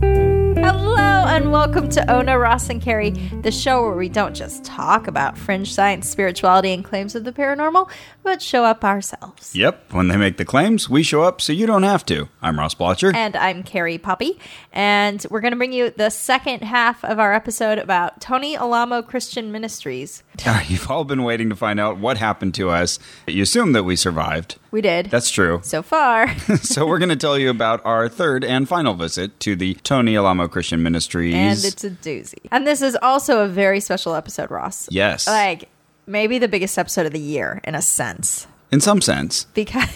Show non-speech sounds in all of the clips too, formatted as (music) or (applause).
Hello, and welcome to Ona, Ross, and Carrie, the show where we don't just talk about fringe science, spirituality, and claims of the paranormal, but show up ourselves. Yep, when they make the claims, we show up so you don't have to. I'm Ross Blotcher. (laughs) And I'm Carrie Poppy, and we're going to bring you the second half of our episode about Tony Alamo Christian Ministries. Uh, You've all been waiting to find out what happened to us. You assume that we survived. We did. That's true. (laughs) so far. so we're going to tell you about our third and final visit to the Tony Alamo Christian Ministries. and it's a doozy. And this is also a very special episode, Ross. Yes. Like, maybe the biggest episode of the year, in a sense. in some sense. (laughs) Because,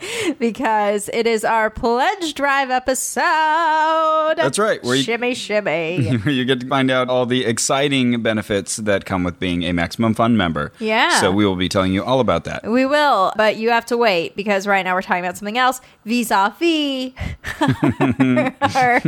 (laughs) because it is our pledge drive episode. That's right, where you- shimmy, shimmy. (laughs) you get to find out all the exciting benefits that come with being a Maximum Fun member. Yeah. So we will be telling you all (laughs) about that. we will, but you have to wait because right now we're talking about something else (laughs) vis-a-vis our,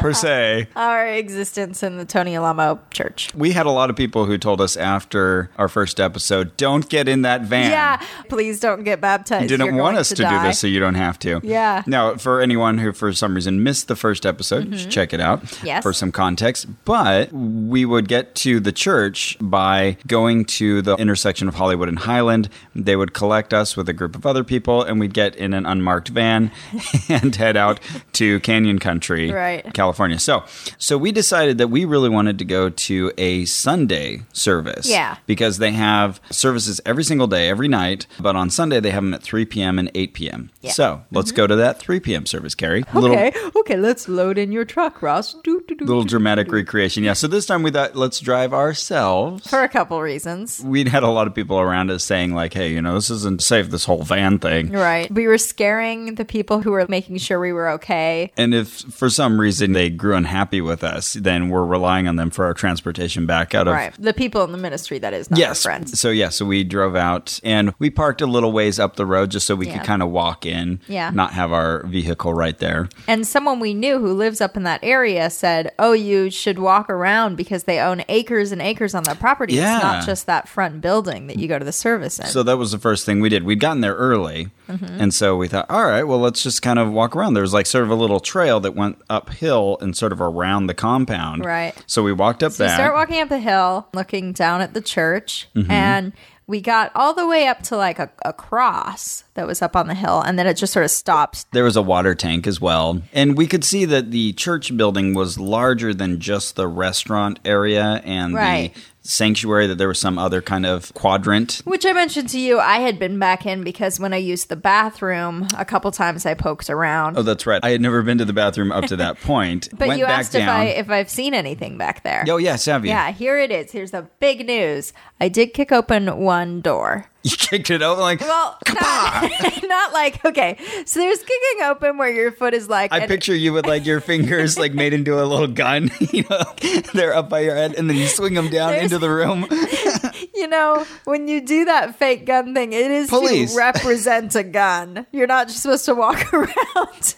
Per se. our existence in the Tony Alamo Church. We had a lot of people who told us after our first episode, don't get in that van. Yeah, please don't get baptized. You didn't You're want going us to, do die. this, so you don't have to. Yeah. Now, for anyone who, for some reason, missed the first episode, you should check it out Mm-hmm. Yes. for some context. But we would get to the church by going to the intersection of Hollywood and Highland. They would collect us with a group of other people, and we'd get in an unmarked van (laughs) and head out to Canyon Country, Right. California. So, so we decided that we really wanted to go to a Sunday service. Yeah. Because they have services every single day, every night, but on Sunday they have them at 3 p.m. and 8 p.m. Yeah. Mm-hmm. So let's go to that 3 p.m. service, Carrie. Little, okay, okay, let's load in your truck, Ross. Doo, doo, doo, little doo, dramatic recreation. Yeah. So this time we thought, let's drive ourselves. doo. for a couple reasons. We'd had a lot of people around us saying, like, hey, you know, this isn't safe, this whole van thing. Right. We were scaring the people who were making sure we were okay. And if for some reason they grew unhappy with us, then we're relying on them for our transportation back out of Right. The people in the ministry that is not our yes. friends. So yeah, so we drove out and we parked a little ways up the road just so we Yeah. could kind of walk in, Yeah. not have our vehicle right there. And someone we knew who lives up in that area said, "Oh, you should walk around because they own acres and acres on their property. Yeah. It's not just that front building that you go to the service in." So that was the first thing we did. We'd gotten there early, Mm-hmm. and so we thought, all right, well, let's just kind of walk around. There was like sort of a little trail that went uphill and sort of around the compound. Right. So we walked up So you that. start walking up the hill, looking down at the church, Mm-hmm. and we got all the way up to like a, a cross that was up on the hill, and then it just sort of stopped. there was a water tank as well. And we could see that the church building was larger than just the restaurant area and Right. the sanctuary, that there was some other kind of quadrant Which I mentioned to you, I had been back in because when I used the bathroom a couple times, I poked around. Oh, that's right. I had never been to the bathroom up to that (laughs) point. but Went you back asked if down. I if I've seen anything back there. Oh yes, have you? Yeah, here it is. Here's the big news. I did kick open one door. (laughs) You kicked it over like Well, not, (laughs) not like okay. So there's kicking open where your foot is like. I and- picture you with (laughs) like your fingers like made into a little gun. (laughs) you know, they're up by your head, and then you swing them down There's- into (laughs) the room. you know, when you do that fake gun thing, it is Police. (laughs) to represent a gun. You're not just supposed to walk (laughs) around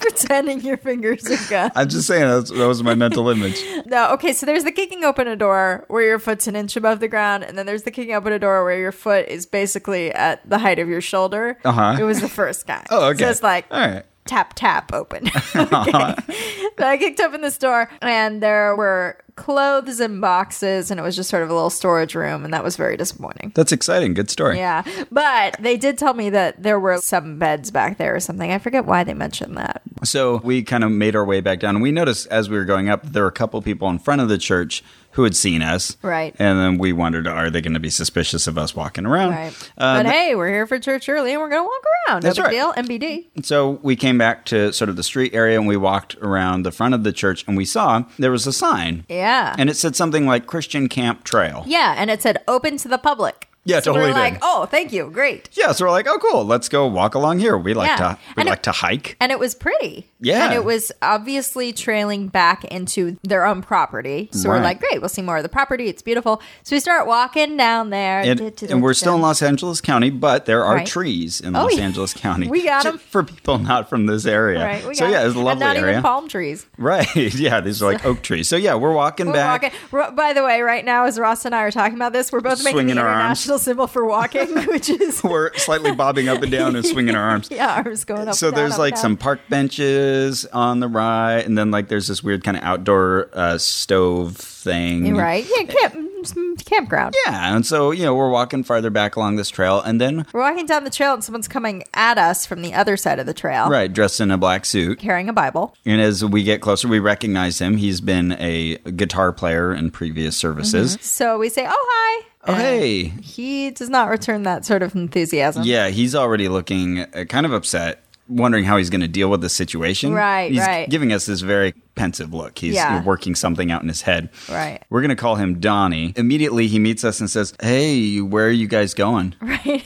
pretending your fingers are guns. I'm just saying that's, that was my (laughs) mental image. No, okay, so there's the kicking open a door where your foot's an inch above the ground, and then there's the kicking open a door where your foot is basically at the height of your shoulder. Uh-huh. It was the first guy. Oh, okay. So it's like all right. tap tap (laughs) open. (laughs) okay. So I kicked open this door, and there were clothes and boxes, and it was just sort of a little storage room, and that was very disappointing. That's exciting. Good story. Yeah, but they did tell me that there were some beds back there or something. I forget why they mentioned that. So we kind of made our way back down, and we noticed as we were going up, there were a couple people in front of the church who had seen us. Right. And then we wondered, are they going to be suspicious of us walking around? Right. Um, but hey, we're here for church early, and we're gonna walk around. That's no big right. deal. MBD. So we came back to sort of the street area and we walked around the front of the church and we saw there was a sign. Yeah. And it said something like Christian Camp Trail. Yeah, and it said open to the public. Yeah, so totally We're did. like, oh, thank you, great. Yeah, so we're like, oh, cool. Let's go walk along here. We like Yeah. to we And it- like to hike. And it was pretty. Yeah. And it was obviously trailing back into their own property. So we're Right. like, great, we'll see more of the property. It's beautiful. So we start walking down there. And, and we're still in Los Angeles County, but there are Right. trees in Oh, Los yeah. Angeles County. We got Ju- 'em. for people not from this area. Right, we so got yeah, it's a and lovely not area. even palm trees. (laughs) Right. Yeah, (laughs) these are like oak trees. So yeah, we're walking We're back. walking. Ro- By the way, right now, as Ross and I are talking about this, we're both making Swinging the our arms. international social symbol for walking, (laughs) which is (laughs) We're slightly bobbing up and down and swinging our arms. yeah, arms going up. So down, there's up, like down. some park benches on the right, and then like there's this weird kind of outdoor uh, stove thing. (laughs) right, yeah, camp, campground. Yeah, and so you know we're walking farther back along this trail, and then We're walking down the trail and someone's coming at us from the other side of the trail, right dressed in a black suit, carrying a Bible. and as we get closer, we recognize him. He's been a guitar player in previous services. So we say, "Oh hi." Oh, And hey. He does not return that sort of enthusiasm. Yeah, he's already looking uh, kind of upset, wondering how he's going to deal with the situation. Right, he's right. giving us this very pensive look. He's Yeah. working something out in his head. Right. We're going to call him Donnie. Immediately, he meets us and says, Hey, where are you guys going? Right.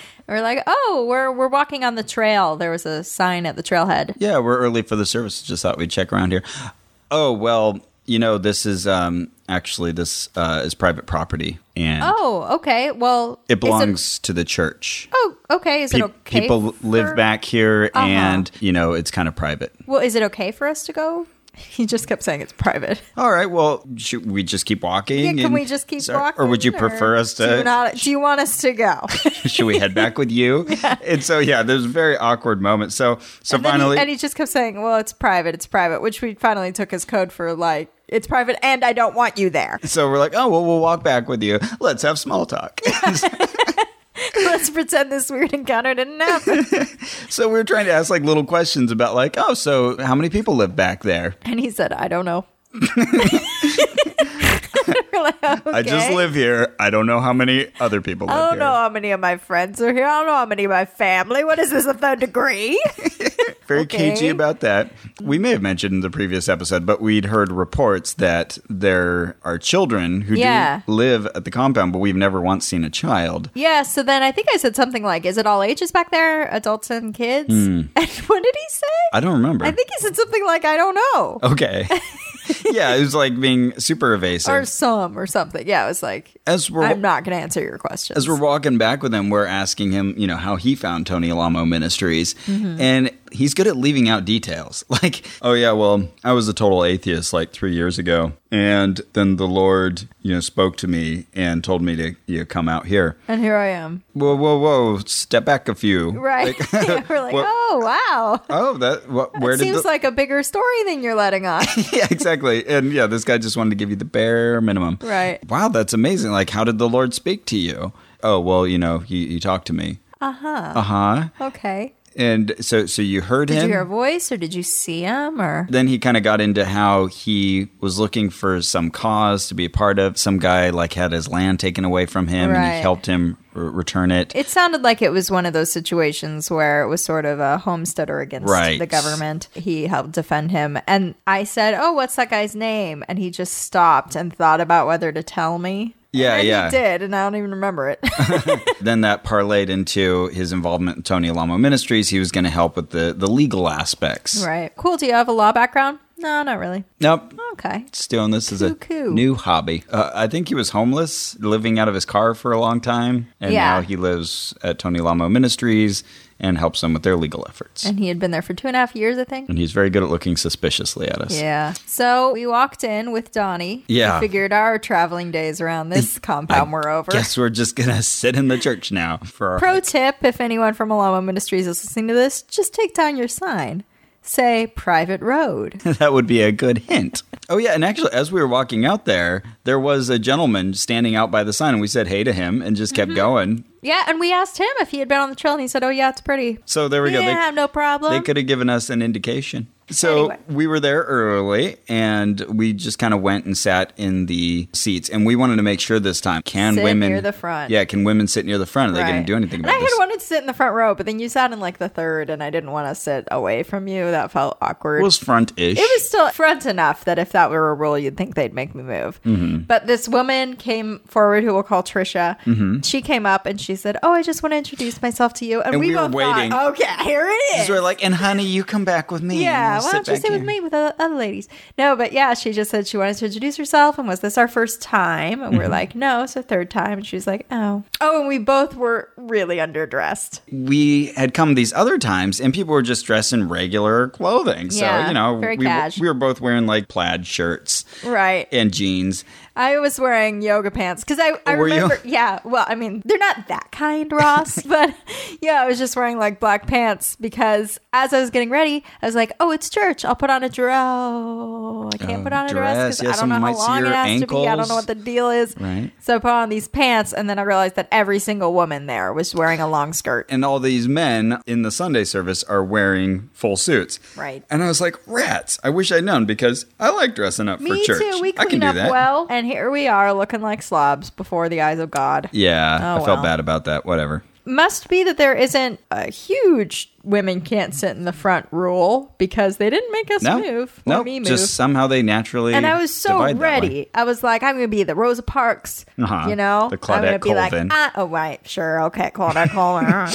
(laughs) we're like, "Oh, we're we're walking on the trail." There was a sign at the trailhead. Yeah, we're early for the service. Just thought we'd check around here. Oh, well, you know, this is um, actually, this uh, is private property. And Oh, okay. Well, it Is belongs to the church. it, oh, okay. Is it Pe- okay? people live for- Uh-huh. back here and, you know, it's kind of private. Well, is it okay for us to go? (laughs) He just kept saying it's private. (laughs) All right. Well, should we just keep walking? Yeah, can and- we just keep Sorry, walking? Or would you prefer us Do you, to? not, do you want us to go? (laughs) should we head back (laughs) with you? And so, yeah, there's a very awkward moment. So, so And then he- finally, and he just kept saying, "Well, it's private. It's private," which we finally took as code for like it's private, and I don't want you there. so we're like, oh well, we'll walk back with you. Let's have small (laughs) talk. Let's pretend this weird encounter didn't (laughs) happen. so we were trying to ask like little questions about like, oh, so how many people live back there? And he said, "I don't (laughs) know." (laughs) We're like, I just "Okay." Oh, live here. I don't know how many other people live I don't here. know how many of my friends are here. I don't know how many of my family. What is this, a third (laughs) degree? Very Okay. cagey about that. We may have mentioned in the previous episode, but we'd heard reports that there are children who Yeah. do live at the compound, but we've never once seen a child. yeah, so then I think I said something like, Is it all ages back there? Adults and kids? (laughs) And what did he say? Hmm. I don't remember. I think he said something like, I don't know. (laughs) okay. yeah, it was like being super evasive. Or some or something. Yeah, it was like, as we're I'm not going to answer your question. as we're walking back with him, we're asking him, you know, how he found Tony Alamo Ministries, Mm-hmm. and he's good at leaving out details. (laughs) Like, oh yeah, well, I was a total atheist like three years ago, and then the Lord, you know, spoke to me and told me to you know, come out here. And here I am. Whoa, whoa, whoa! Step back a few. Right. (laughs) Yeah, (laughs) we're like, Well- Oh, wow. Oh, that what, where It did seems the, like a bigger story than you're letting on. (laughs) yeah, exactly. And yeah, this guy just wanted to give you the bare minimum. Right. Wow, that's amazing. Like, how did the Lord speak to you? Oh, well, you know, he, he talked to me. Uh huh. Oh. Uh huh. Uh-huh. okay. And so, so you heard Did him. you hear a voice or did you see him or? then he kind of got into how he was looking for some cause to be a part of. Some guy like had his land taken away from him, and Right. he helped him r- (laughs) return it. It sounded like it was one of those situations where it was sort of a homesteader against Right. the government. He helped defend him. And I said, Oh, what's that guy's name? And he just stopped and thought about whether to tell me. Yeah, and yeah. He did, and I don't even remember (laughs) it. (laughs) then that parlayed into his involvement in Tony Alamo Ministries. He was going to help with the the legal aspects. right. Cool. Do you have a law background? No, not really. Nope. Okay. Just doing this as a Cuckoo. new hobby. Uh, I think he was homeless, living out of his car for a long time, and Yeah. now he lives at Tony Lamo Ministries and helps them with their legal efforts. And he had been there for two and a half years, I think. And he's very good at looking suspiciously at us. Yeah. So we walked in with Donnie. Yeah. We figured our traveling days around this compound were over. Guess we're just gonna (laughs) sit in the church now for our Pro tip if anyone from Alamo Ministries is listening to this, just take down your sign. Say private (laughs) road. (laughs) that would be a good hint. Oh yeah, and actually, as we were walking out there, there was a gentleman standing out by the sign, and we said hey to him, and just Mm-hmm. kept going. yeah, and we asked him if he had been on the trail, and he said, Oh, yeah, it's pretty. So there we We go. didn't They- have no problem. They could have given us an indication. So Anyway. we were there early and we just kind of went and sat in the seats. And we wanted to make sure this time can Sit women. near the front. Yeah, can women sit near the front? Are they going Right. to do anything And about I this? had wanted to sit in the front row, but then you sat in like the third, and I didn't want to sit away from you. That felt awkward. it was front ish. It was still front enough that if that were a rule, you'd think they'd make me move. Mm-hmm. But this woman came forward, who we'll call Trisha. She came up and she said, "Oh, I just want to introduce myself to you." And, Mm-hmm. And we, we were both thought, waiting. okay, here it is. So we're like, and honey, you come back with me. yeah, and we'll why don't you Hmm, back sit with here." me with the other ladies? No, but yeah, she just said she wanted to introduce herself, and was this our first time? And we're like, no, it's the third time. And she was like, oh, Mm-hmm. oh, and we both were really underdressed. We had come these other times and people were just dressed in regular clothing. So, Yeah, you know, very we, cash. we were both wearing like plaid shirts Right. and jeans. I was wearing yoga pants because I, I Were you? remember. Yeah, well, I mean, they're not that kind, Ross, (laughs) but yeah, I was just wearing like black pants because as I was getting ready, I was like, oh, it's church. I'll put on a dress. I can't Oh, put on a dress. dress because Yeah, I don't know someone how might see long it your has to be. I don't ankles. know what the deal is. Right. So I put on these pants, and then I realized that every single woman there was wearing a long skirt. and all these men in the Sunday service are wearing full suits. Right. And I was like, rats, I wish I'd known because I like dressing up for Me church. too. We I can clean do up that. well, and here we are looking like slobs before the eyes of God. Yeah, I Oh, felt well. bad about that. Whatever. must be that there isn't a huge women can't sit in the front rule because they didn't make us No, move or no, me move. just somehow they naturally. and I was so divide that way. ready. I was like, I'm going to be the Rosa Parks, Uh-huh. you know, The I'm gonna Claudette be like, Colvin. I- oh right, sure, okay, Claudette (laughs) Colvin.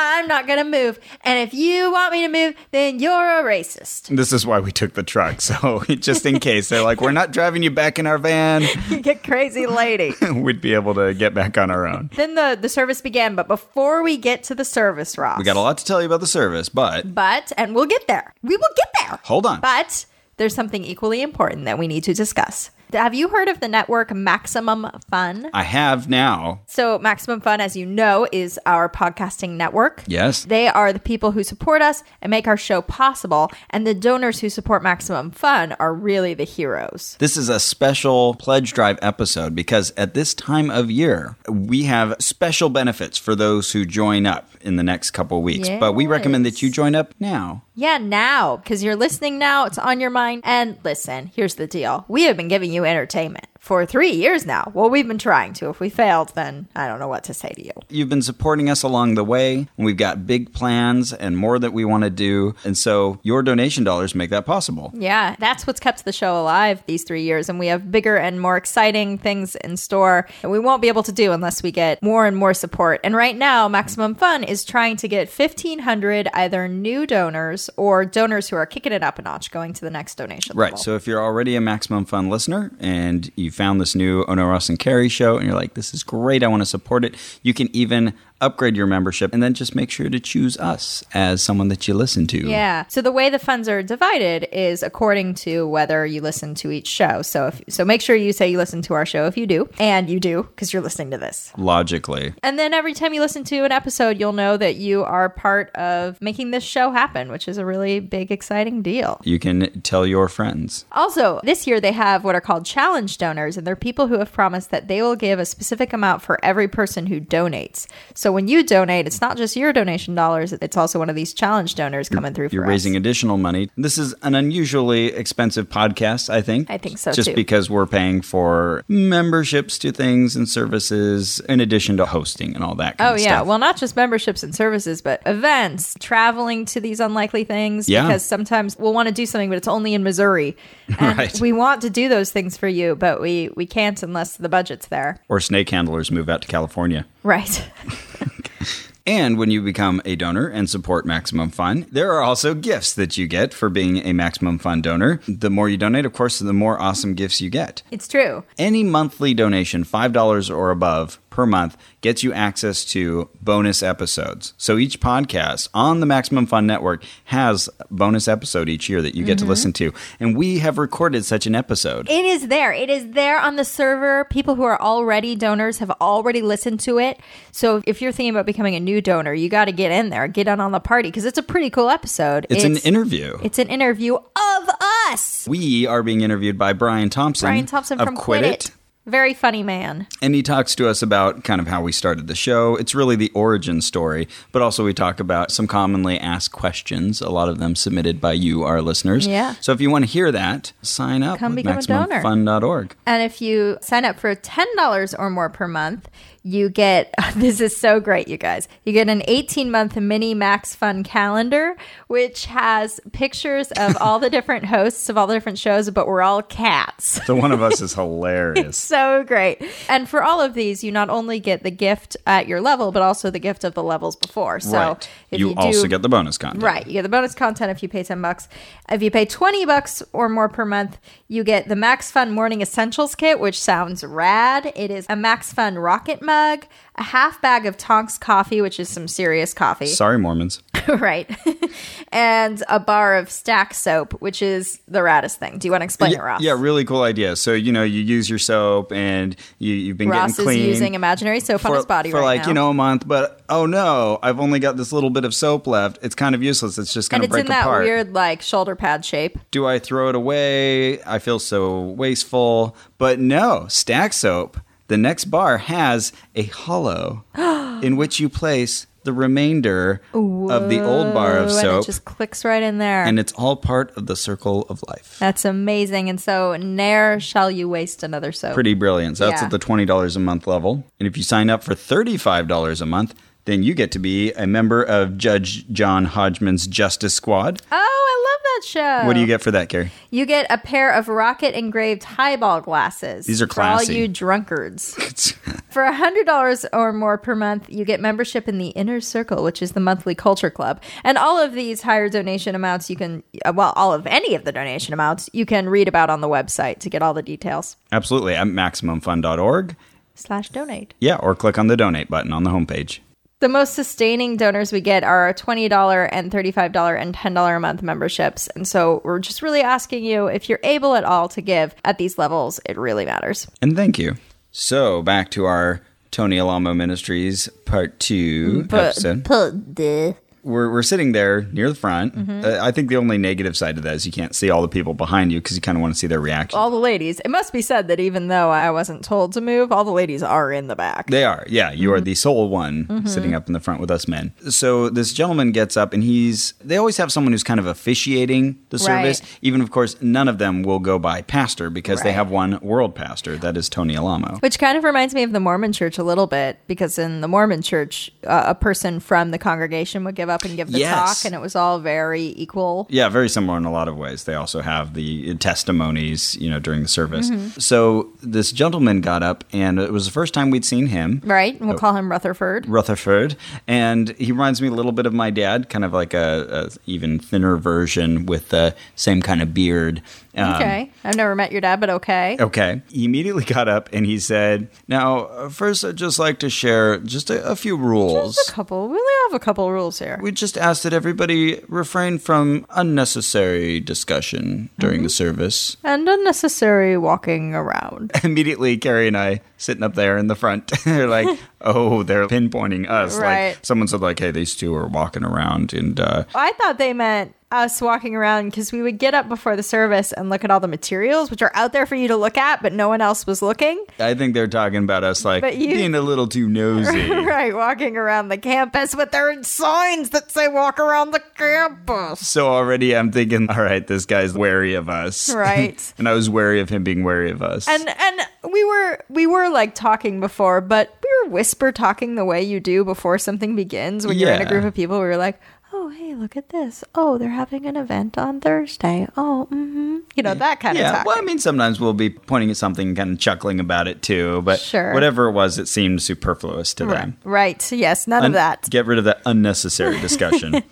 I'm not going to move, and if you want me to move, then you're a racist. (laughs) This is why we took the truck. (laughs) So just in case they're like, we're not driving you back in our van, You get crazy, (laughs) lady. we'd be able to get back on our own. then the the service began, but before we get to the service, Ross, We got a lot to tell you about the service, but But, and we'll get there. We will get there. Hold on. But there's something equally important that we need to discuss. Have you heard of the network Maximum Fun? I have now. So, Maximum Fun, as you know, is our podcasting network. Yes. They are the people who support us and make our show possible. And the donors who support Maximum Fun are really the heroes. This is a special pledge drive episode because at this time of year, we have special benefits for those who join up in the next couple weeks. But we recommend that you join up now. Yeah, now, because you're listening now, it's on your mind. And listen, here's the deal we have been giving you entertainment for three years now. Well, we've been trying to. If we failed, then I don't know what to say to you. You've been supporting us along the way, and we've got big plans and more that we want to do. And so your donation dollars make that possible. Yeah, that's what's kept the show alive these three years. And we have bigger and more exciting things in store that we won't be able to do unless we get more and more support. And right now, Maximum Fun is trying to get 1,500 either new donors or donors who are kicking it up a notch going to the next donation. Right. level. So if you're already a Maximum Fun listener and you found this new Ono Ross and Carrie show and you're like, this is great, I want to support it, you can even upgrade your membership and then just make sure to choose us as someone that you listen to. Yeah. So the way the funds are divided is according to whether you listen to each show. So if so make sure you say you listen to our show if you do, and you do because you're listening to this. Logically. And then every time you listen to an episode, you'll know that you are part of making this show happen, which is a really big exciting deal. You can tell your friends. Also, this year they have what are called challenge donors, and they're people who have promised that they will give a specific amount for every person who donates. So when you donate, it's not just your donation dollars; it's also one of these challenge donors coming through. You're for us. raising additional money. This is an unusually expensive podcast, I think. I think so, Just too. because we're paying for memberships to things and services in addition to hosting and all that kind Oh of yeah, stuff. well, not just memberships and services, but events, traveling to these unlikely things. Yeah. because sometimes we'll want to do something, but it's only in (laughs) Missouri, and Right. we want to do those things for you, but we we can't unless the budget's there. or snake handlers move out to California. Right. And when you become a donor and support Maximum Fun, there are also gifts that you get for being a Maximum Fun donor. The more you donate, of course, the more awesome gifts you get. (laughs) it's true. Any monthly donation, $5 or above per month, gets you access to bonus episodes. So each podcast on the Maximum Fun Network has a bonus episode each year that you Mm-hmm. get to listen to. And we have recorded such an episode. It is there. It is there on the server. People who are already donors have already listened to it. So if you're thinking about becoming a new donor, you got to get in there, get in on the party because it's a pretty cool episode. It's, an interview. It's an interview of us. we are being interviewed by Brian Thompson. Brian Thompson Um, of from Quit It. Very funny man. And he talks to us about kind of how we started the show. It's really the origin story, but also we talk about some commonly asked questions, a lot of them submitted by you, our listeners. Yeah. So if you want to hear that, sign up Come with become a donor. MaximumFun.org. And if you sign up for $10 or more per month, you get (laughs) this is so great, you guys. You get an 18 month mini Max Fun calendar, which has pictures (laughs) of all the different hosts of all the different shows, but we're all cats. (laughs) So one of us is hilarious. So great. And for all of these, you not only get the gift at your level, but also the gift of the levels before. (laughs) So right. You, also get the bonus content. Right. You get the bonus content if you pay 10 bucks. If you pay 20 bucks or more per month, you get the Max Fun Morning Essentials Kit, which sounds rad. It is a Max Fun rocket mug, a half bag of Tonks coffee, which is some serious coffee. Sorry, Mormons. (laughs) right. (laughs) and a bar of stack soap, which is the raddest thing. Do you want to explain it, yeah, Ross? yeah, really cool idea. So you know, you use your soap, and you, you've been Ross getting is clean. using imaginary soap on for, his body for right like now. you know a month, but oh no, I've only got this little bit of soap left. It's kind of useless. It's just going and to it's break in that apart. weird like shoulder pad shape. Do I throw it away? I feel so wasteful. But no, stack soap. The next bar has (gasps) a hollow in which you place the remainder of the old bar of Ooh, and soap, it just clicks right in there. and it's all part of the circle of life. That's amazing. And so, ne'er shall you waste another soap. Pretty brilliant. So that's Yeah. at the $20 a month level. And if you sign up for $35 a month, then you get to be a member of Judge John Hodgman's Justice Squad. Oh, I love that show. What do you get for that, (laughs) Carrie? You get a pair of rocket engraved highball glasses. These are For classy. all you (laughs) drunkards. For $100 or more per month, you get membership in the Inner Circle, which is the monthly culture club. And all of these higher donation amounts, you can, uh, well, all of any of the donation amounts, you can read about on the website to get all the details. Absolutely. I'm MaximumFun.org. Slash donate. Yeah, or click on the donate button on the homepage. The most sustaining donors we get are our $20 and $35 and $10 a month memberships. And so we're just really asking you if you're able at all to give at these levels, it really matters. And thank you. So back to our Tony Alamo Ministries part two episode. we're, we're sitting there near the front. Mm-hmm. Uh, I think the only negative side of that is you can't see all the people behind you because you kind of want to see their reaction. all the ladies. It must be said that even though I wasn't told to move, all the ladies are in the back. They are. Yeah, you Mm-hmm. are the sole one sitting up in the front with us men. So this gentleman gets up and he's they always have someone who's kind of officiating the service. Right. Even of course none of them will go by pastor because they Right. have one world pastor that is Tony Alamo. Which kind of reminds me of the Mormon church a little bit, because in the Mormon church, uh, a person from the congregation would give up and give the Yes. talk, and it was all very equal. Yeah, very similar in a lot of ways. They also have the testimonies, you know, during the service. Mm-hmm. So this gentleman got up, and it was the first time we'd seen him. Right? Oh. And we'll call him Rutherford. Rutherford, and he reminds me a little bit of my dad, kind of like a, a even thinner version with the same kind of beard. Um, Okay. I've never met your dad, but okay. Okay. He immediately got up and he said, "Now, uh, first, I'd just like to share just a, a few rules. There's a couple. We only have a couple rules here. we just ask that everybody refrain from unnecessary discussion during Mm-hmm. the service." And unnecessary walking around. (laughs) immediately Carrie and I sitting up there in the front. (laughs) (laughs) they're like, oh, they're pinpointing us. Right. Like someone said, like, hey, these two are walking around and uh, (laughs) I thought they meant us walking around because we would get up before the service and look at all the materials, which are out there for you to look at, but no one else was looking. I think they're talking about us like But you- being a little too nosy. (laughs) (laughs) right, walking around the campus with their signs that say walk around the campus. So already I'm thinking, all right, this guy's wary of us. Right. (laughs) and I was wary of him being wary of us. And and we were we were like talking before, but we were whisper talking the way you do before something begins when you're in a Yeah. group of people. We were like, "Oh, hey, look at this. Oh, they're having an event on Thursday. Oh, mhm." You know, that kind of yeah, talk. well, I mean, sometimes we'll be pointing at something and kind of chuckling about it too, but Sure. whatever it was, it seemed superfluous to right. them. right. Yes, none Un- of that. Get rid of that (laughs) unnecessary discussion.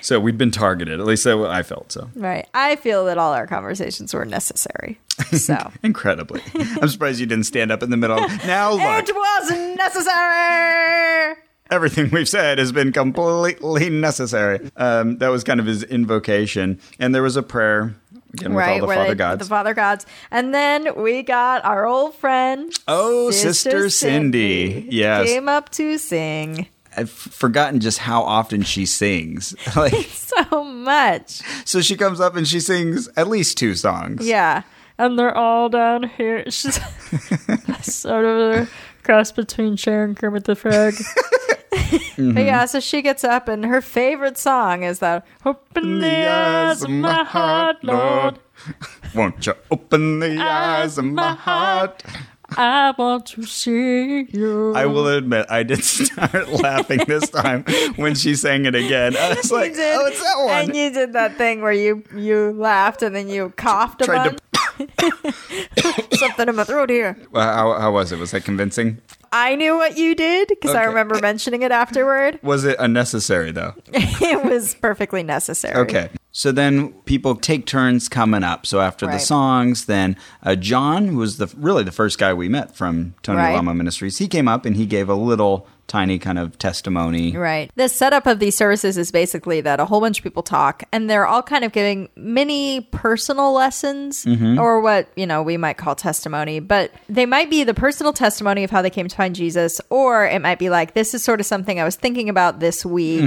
so we'd been targeted. At least that's what I felt so. Right. I feel that all our conversations were (laughs) necessary. So Incredibly. I'm surprised you didn't stand up in the middle. Now It look, was necessary. everything we've said has been completely necessary. Um, that was kind of his invocation. And there was a prayer again with all the where Father they- Gods. The Father Gods. And then we got our old friend. Oh, Sister Cindy. Yes. Came up to sing (laughs) I've forgotten just how often she sings. (laughs) (laughs) like, so much. so she comes up and she sings at least two songs. Yeah. and they're all down here. It's (laughs) just sort of a cross between Cher and Kermit (laughs) the Frog. Mm-hmm. But yeah, so she gets up and her favorite song is that Open the eyes of my heart, Lord. (laughs) Won't you open the eyes of my heart? I want to see you. I will admit, I did (laughs) start laughing this time when she sang it again. I was like, You did- oh, it's that one. And you did that thing where you you laughed and then you coughed a Tried to- (laughs) bunch. Something in my throat here. Well, how, how was it? Was that convincing? I knew what you did because I Okay. remember mentioning it afterward. (laughs) Was it unnecessary though? it was perfectly necessary. Okay. So then people take turns coming up. So after the Right. songs, then uh, John who was the really the first guy we met from Tony Right. Lama Ministries. He came up and he gave a little tiny kind of testimony. Right. The setup of these services is basically that a whole bunch of people talk and they're all kind of giving mini personal lessons or what, you know, we might call testimony, but they might be the personal testimony of how they came to find Jesus or it might be like this is sort of something I was thinking about this week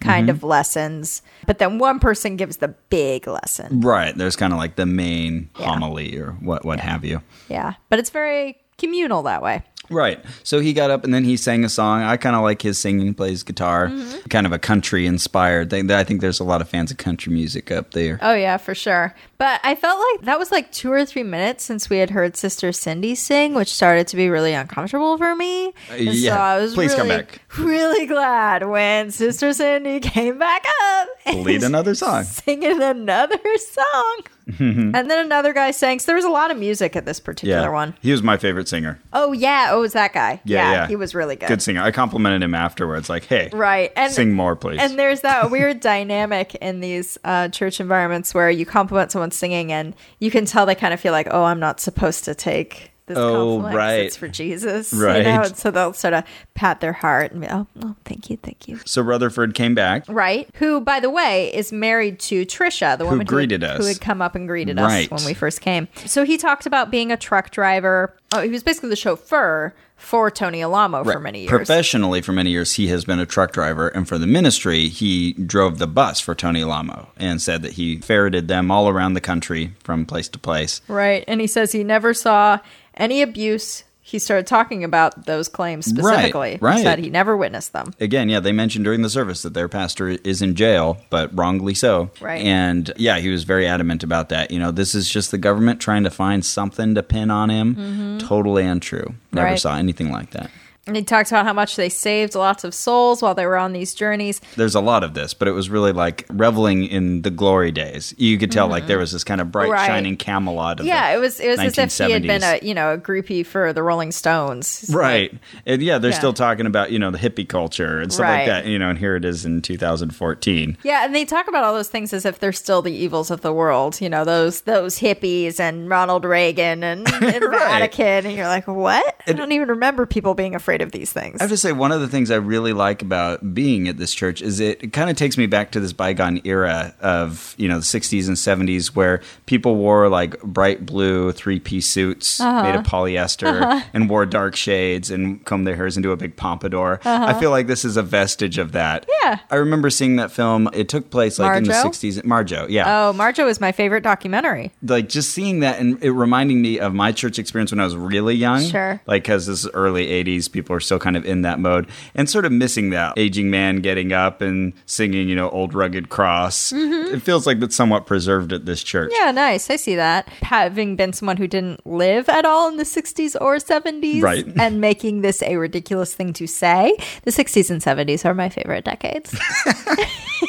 kind of lessons. But then one person gives the big lesson. Right. There's kind of like the main homily or what what have you. Yeah. But it's very communal that way. Right. So he got up and then he sang a song. I kind of like his singing, He plays guitar, Mm-hmm. kind of a country inspired thing. I think there's a lot of fans of country music up there. Oh yeah, for sure. But I felt like that was like two or three minutes since we had heard Sister Cindy sing, which started to be really uncomfortable for me. And Uh, yeah, so I was please really, come back. (laughs) really glad when Sister Cindy came back up. and (laughs) Lead another song. Mm-hmm. Singing another song. and then another guy sang. So there was a lot of music at this particular Yeah. one. He was my favorite singer. Oh yeah, oh it was that guy. Yeah, yeah. he was really Good singer. I complimented him afterwards, like, hey, Right. And sing more, please. And there's (laughs) that weird dynamic in these uh, church environments where you compliment someone singing and you can tell they kind of feel like, oh, I'm not supposed to take this Oh, compliment 'cause right. it's for Jesus. You Right. know? And so they'll sort of pat their heart and be, oh, oh, thank you, thank you. so Rutherford came back. Right. Who, by the way, is married to Trisha, the woman greeted who, had- us. who had come up and greeted us Right. when we first came. So he talked about being a truck driver. Oh, he was basically the chauffeur for Tony Alamo for Right. many years. Professionally, for many years, he has been a truck driver, and for the ministry, he drove the bus for Tony Lamo and said that he ferreted them all around the country from place to place. Right. And he says he never saw any abuse. He started talking about those claims specifically. right. He said he never witnessed them. Again, yeah, they mentioned during the service that their pastor is in jail, but wrongly so. Right. And yeah, he was very adamant about that. You know, this is just the government trying to find something to pin on him. Totally untrue. Never Mm-hmm. Right. saw anything like that. And he talked about how much they saved lots of souls while they were on these journeys. there's a lot of this, but it was really like reveling in the glory days. You could tell like there was this kind of bright Mm-hmm. Right. shining Camelot. Of Yeah, the it was it was as if he had been 1970s. a you know a groupie for the Rolling Stones. right. And yeah, they're Yeah. still talking about you know the hippie culture and stuff Right. like that. You know, and here it is in 2014. Yeah, and they talk about all those things as if they're still the evils of the world. You know those those hippies and Ronald Reagan (laughs) and, and Right. Vatican, and you're like, what? I don't even remember people being afraid of these things. I have to say, one of the things I really like about being at this church is it, kind of takes me back to this bygone era of you know the '60s and '70s where people wore like bright blue three-piece suits Uh-huh. made of polyester and wore dark shades and combed their hairs into a big pompadour. I feel like this is a vestige of that. Uh-huh. Yeah. I remember seeing that film. It took place like in the Marjo? '60s. Marjo, yeah oh, Marjo is my favorite documentary. like just seeing that and it reminding me of my church experience when I was really young. Sure. Like, because this is early 80s, people are still kind of in that mode and sort of missing that aging man getting up and singing, you know, Old Rugged Cross. It feels like that's somewhat preserved at this church. Mm-hmm. Yeah, nice. I see that. Having been someone who didn't live at all in the 60s or 70s Right. (laughs) and making this a ridiculous thing to say, the 60s and 70s are my favorite (laughs) decades.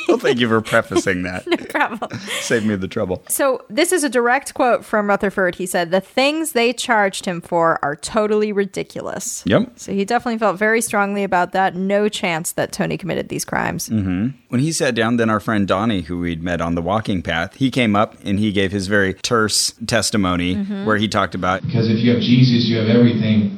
Well, thank you for (laughs) prefacing that. Problem. Saved me the trouble. So, this is a direct quote from Rutherford. He said, The things they charged him for are totally ridiculous. Yep. So, he definitely felt very strongly about that. No chance that Tony committed these crimes. Mm. When he sat down, then our friend Donnie, who we'd met on the walking path, he came up and he gave his very terse testimony Mm-hmm. where he talked about because if you have Jesus, you have everything.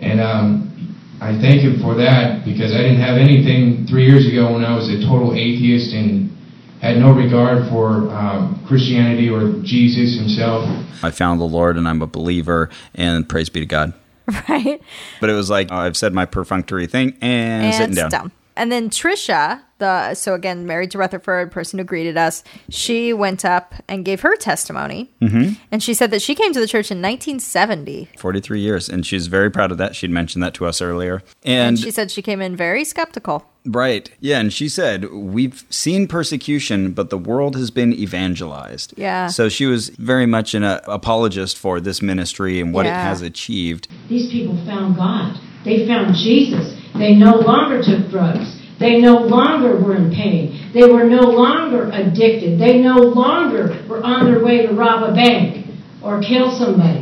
And um, I thank Him for that because I didn't have anything three years ago when I was a total atheist and had no regard for um, Christianity or Jesus Himself. I found the Lord and I'm a believer and praise be to God. (laughs) Right? But it was like oh, I've said my perfunctory thing and, sitting down. sit And then Trisha, the so again married to Rutherford, person who greeted us, she went up and gave her testimony, mm-hmm. and she said that she came to the church in 1970, 43 years and she's very proud of that. She'd mentioned that to us earlier. and And, she said she came in very skeptical. right. Yeah, and she said, "We've seen persecution, but the world has been evangelized." Yeah. So she was very much an uh, apologist for this ministry and what Yeah. it has achieved. These people found God. They found Jesus. They no longer took drugs. They no longer were in pain. They were no longer addicted. They no longer were on their way to rob a bank or kill somebody.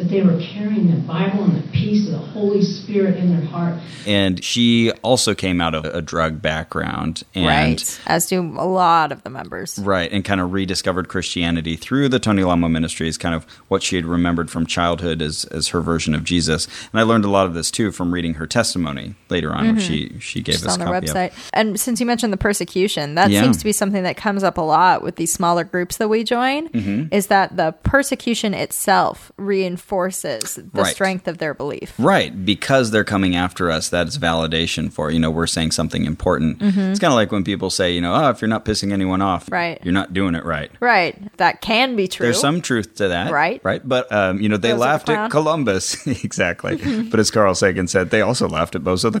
but they were carrying the Bible and the peace of the Holy Spirit in their heart. And she also came out of a drug background and right. As do a lot of the members. Right, and kind of rediscovered Christianity through the Tony Lamo ministries, kind of what she had remembered from childhood as, as her version of Jesus. And I learned a lot of this too from reading her testimony later on, which she, she gave Just us Mm-hmm. on a their copy of. website. And since you mentioned the persecution, that Yeah. seems to be something that comes up a lot with these smaller groups that we join Mm-hmm. is that the persecution itself reinforces the Right. strength of their belief. Right, because they're coming after us, that is validation for, you know, we're saying something important. It's kind of like when people say, you know, oh, if you're not pissing anyone off, Mm-hmm. Right. you're not doing it right. Right. That can be true. There's some truth to that. Right. Right. But, um, you know, they Bozo the laughed Clown. at Columbus. (laughs) exactly. But as Carl Sagan said, they also laughed at Bozo the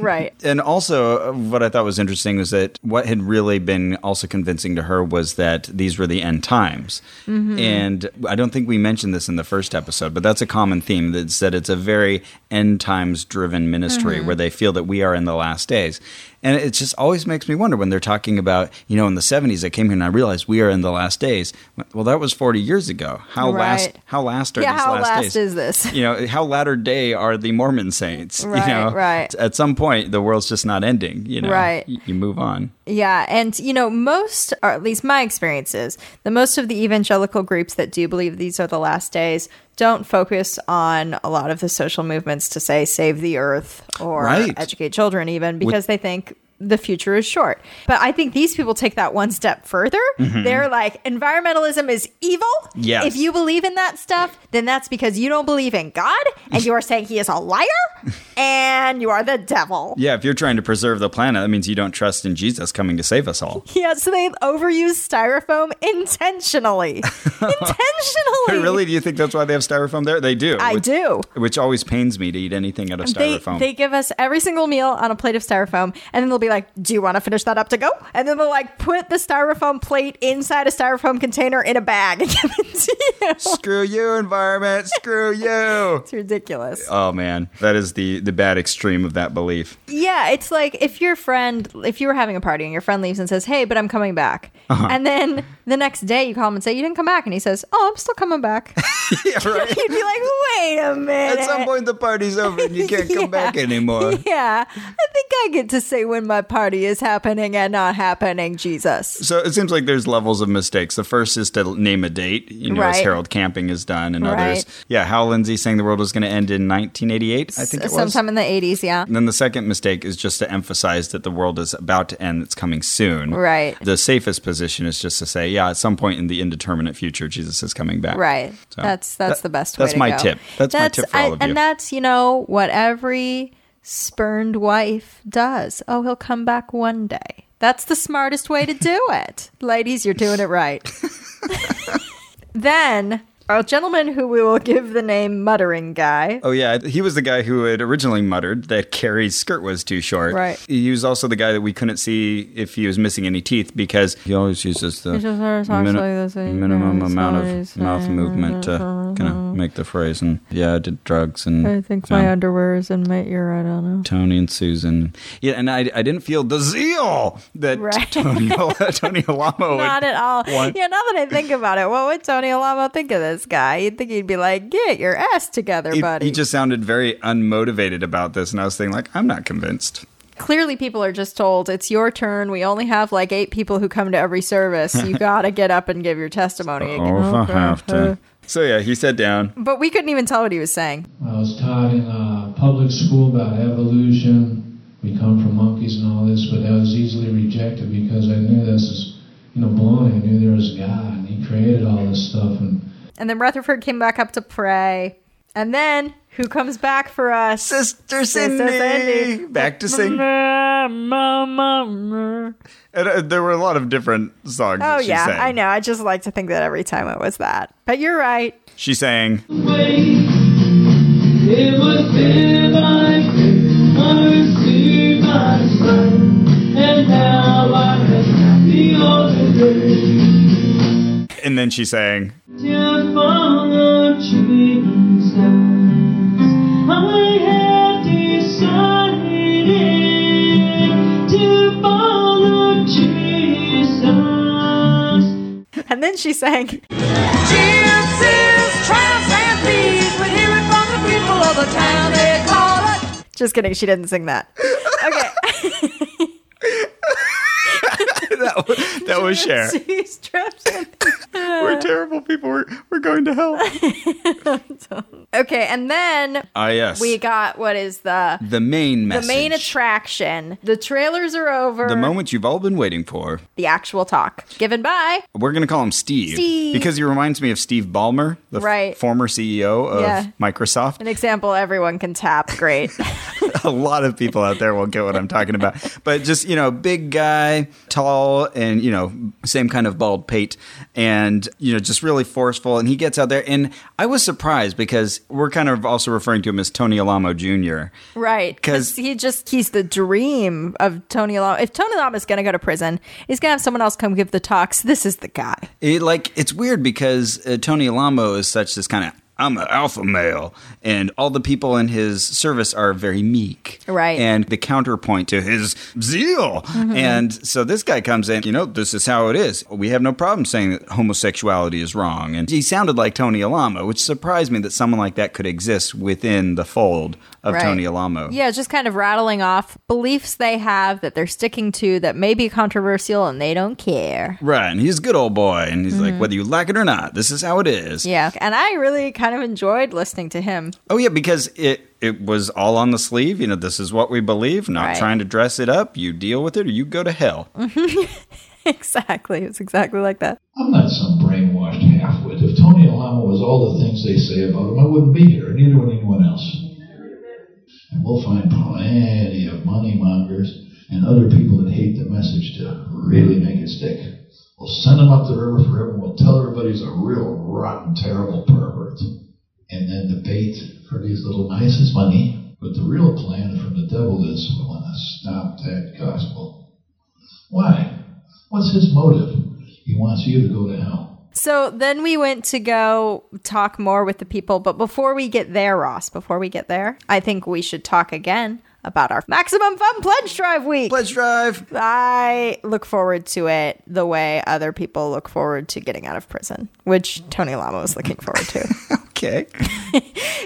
(laughs) right. And also, uh, what I thought was interesting was that what had really been also convincing to her was that these were the end times. Mm-hmm. And I don't think we mentioned this in the first episode, but that's a common theme that's that it's a very end times driven ministry Mm-hmm. where they feel that we are in the last days. And it just always makes me wonder when they're talking about, you know, in the 70s, I came here and I realized we are in the last days. Well, that was 40 years ago. How Right. last how last are Yeah, these how last, last days? is this? you know how latter day are the mormon saints Right, you know right. at some point the world's just not ending you know Right. Y- you move on Yeah, and you know, most or at least my experiences, the most of the evangelical groups that do believe these are the last days don't focus on a lot of the social movements to say save the earth or Right. educate children even because they think the future is short. But I think these people take that one step further. They're like environmentalism is evil. Mm-hmm. Yes. If you believe in that stuff, then that's because you don't believe in God and you are saying he is a (laughs) liar and you are the devil. yeah if you're trying to preserve the planet that means you don't trust in jesus coming to save us all Yeah, so they overuse styrofoam (laughs) intentionally. intentionally. really do you think that's why they have styrofoam there they do I which, do. which always pains me to eat anything out of They, styrofoam they give us every single meal on a plate of styrofoam, and then they'll be like, Do you want to finish that up to go? And then they'll like put the styrofoam plate inside a styrofoam container in a bag and (laughs) give it to you. (laughs) screw you (laughs) environment screw you It's ridiculous. oh man that is the the bad extreme of that belief (laughs) Yeah, it's like if your friend, if you were having a party and your friend leaves and says, "Hey, but I'm coming back," Uh-huh. and then the next day you call him and say, "You didn't come back," and he says, "Oh, I'm still coming (laughs) back," (laughs) yeah right you'd be like, "Wait a minute!" at some point the party's over and you (laughs) can't (laughs) come Yeah. back anymore Yeah, I think I get to say when my party is happening and not happening, Jesus. So it seems like there's levels of mistakes. The first is to name a date, you know, as Right. Harold Camping has done and Right. others. Yeah, Hal Lindsey saying the world was going to end in 1988, I think it was. Sometime in the 80s, yeah. And then the second mistake is just to emphasize that the world is about to end, it's coming soon. Right. The safest position is just to say, yeah, at some point in the indeterminate future, Jesus is coming back. Right. So that's that's that- the best way that's to my go. tip. That's my tip for all of you. And that's, you know, what every spurned wife does. Oh, he'll come back one day. That's the smartest way to do it. (laughs) Ladies, you're doing it right. then a gentleman who we will give the name Muttering Guy. Oh yeah, he was the guy who had originally muttered that Carrie's skirt was too short. Right. He was also the guy that we couldn't see if he was missing any teeth because he always uses the just always talks like this, and minimum he's amount always of mouth saying, movement to kind of make the phrase. And yeah, I did drugs and um, underwear is in my ear. I don't know. Tony and Susan. Yeah, and I, I didn't feel the zeal that Right. (laughs) Tony (laughs) Tony Alamo Not would. at all. What? Yeah, now that I think about it, what would Tony Alamo think of this guy? You'd think he'd be like, "Get your ass together, He, buddy." he just sounded very unmotivated about this, and I was thinking, like, I'm not convinced. Clearly, people are just told it's your turn. We only have like eight people who come to every service. (laughs) You gotta get up and give your testimony. if I have to. So yeah, he sat down. But we couldn't even tell what he was saying. I was taught in uh, public school about evolution. We come from monkeys and all this, but that was easily rejected because I knew this is, you know, baloney. I knew there was God and He created all this stuff. And And then Rutherford came back up to pray, and then who comes back for us? Sister Cindy. Cindy. Mm-hmm. Back to sing. Mama. And, uh, there were a lot of different songs. Oh that she yeah, sang. I know. I just like to think that every time it was that. But you're right. She sang. Wait, it was there by grace, mercy by sight, and now I can happy all the day. And then she sang. (laughs) Down from the trees I have decided to follow Jesus. And then she sang. Jesus, triumphs and peace with town they call it. Just kidding. She didn't sing that. (laughs) Okay. That was, that was (laughs) Cher. She strapped in. We're terrible people. We're, we're going (laughs) to hell. Okay, and then Ah, yes. we got what is the the main the message. main attraction. The trailers are over. The moment you've all been waiting for. The actual talk given by We're going to call him Steve, Steve. because he reminds me of Steve Ballmer, the f- Right. former CEO of Yeah. Microsoft. an example everyone can tap. Great. (laughs) (laughs) a lot of people out there will get what I'm talking about. But just, you know, big guy, tall, and, you know, same kind of bald pate, and, you know, just really forceful. And he gets out there. And I was surprised because we're kind of also referring to him as Tony Alamo Jr. Right. 'Cause- he just, he's the dream of Tony Lama. If Tony Lama is going to go to prison, he's going to have someone else come give the talks. This is the guy. It, like, it's weird because uh, Tony Alamo is such this kind of. I'm an alpha male, and all the people in his service are very meek. Right. Mm-hmm. And the counterpoint to his zeal. And so this guy comes in, you know, this is how it is. We have no problem saying that homosexuality is wrong. And he sounded like Tony Alamo, which surprised me that someone like that could exist within the fold of Right. Tony Alamo. Yeah, just kind of rattling off beliefs they have that they're sticking to that may be controversial and they don't care. Right. And he's a good old boy. And he's Mm-hmm. like, whether you like it or not, this is how it is. Yeah. And I really kind of enjoyed listening to him. (laughs) Oh yeah, because it it was all on the sleeve. You know, this is what we believe. Not Right. trying to dress it up. You deal with it, or you go to hell. exactly. It's exactly like that. I'm not some brainwashed halfwit. If Tony Alamo was all the things they say about him, I wouldn't be here, and neither would anyone else. And we'll find plenty of moneymongers and other people that hate the message to really make it stick. We'll send them up the river forever, and we'll tell everybody he's a real rotten, terrible pervert. And then the bait for these little mice is money. But the real plan from the devil is we want to stop that gospel. Why? What's his motive? He wants you to go to hell. So then we went to go talk more with the people. But before we get there, Ross, before we get there, I think we should talk again about our Maximum Fun Pledge Drive Week. Let's drive. I look forward to it the way other people look forward to getting out of prison, which Tony Lama was looking forward to. Okay.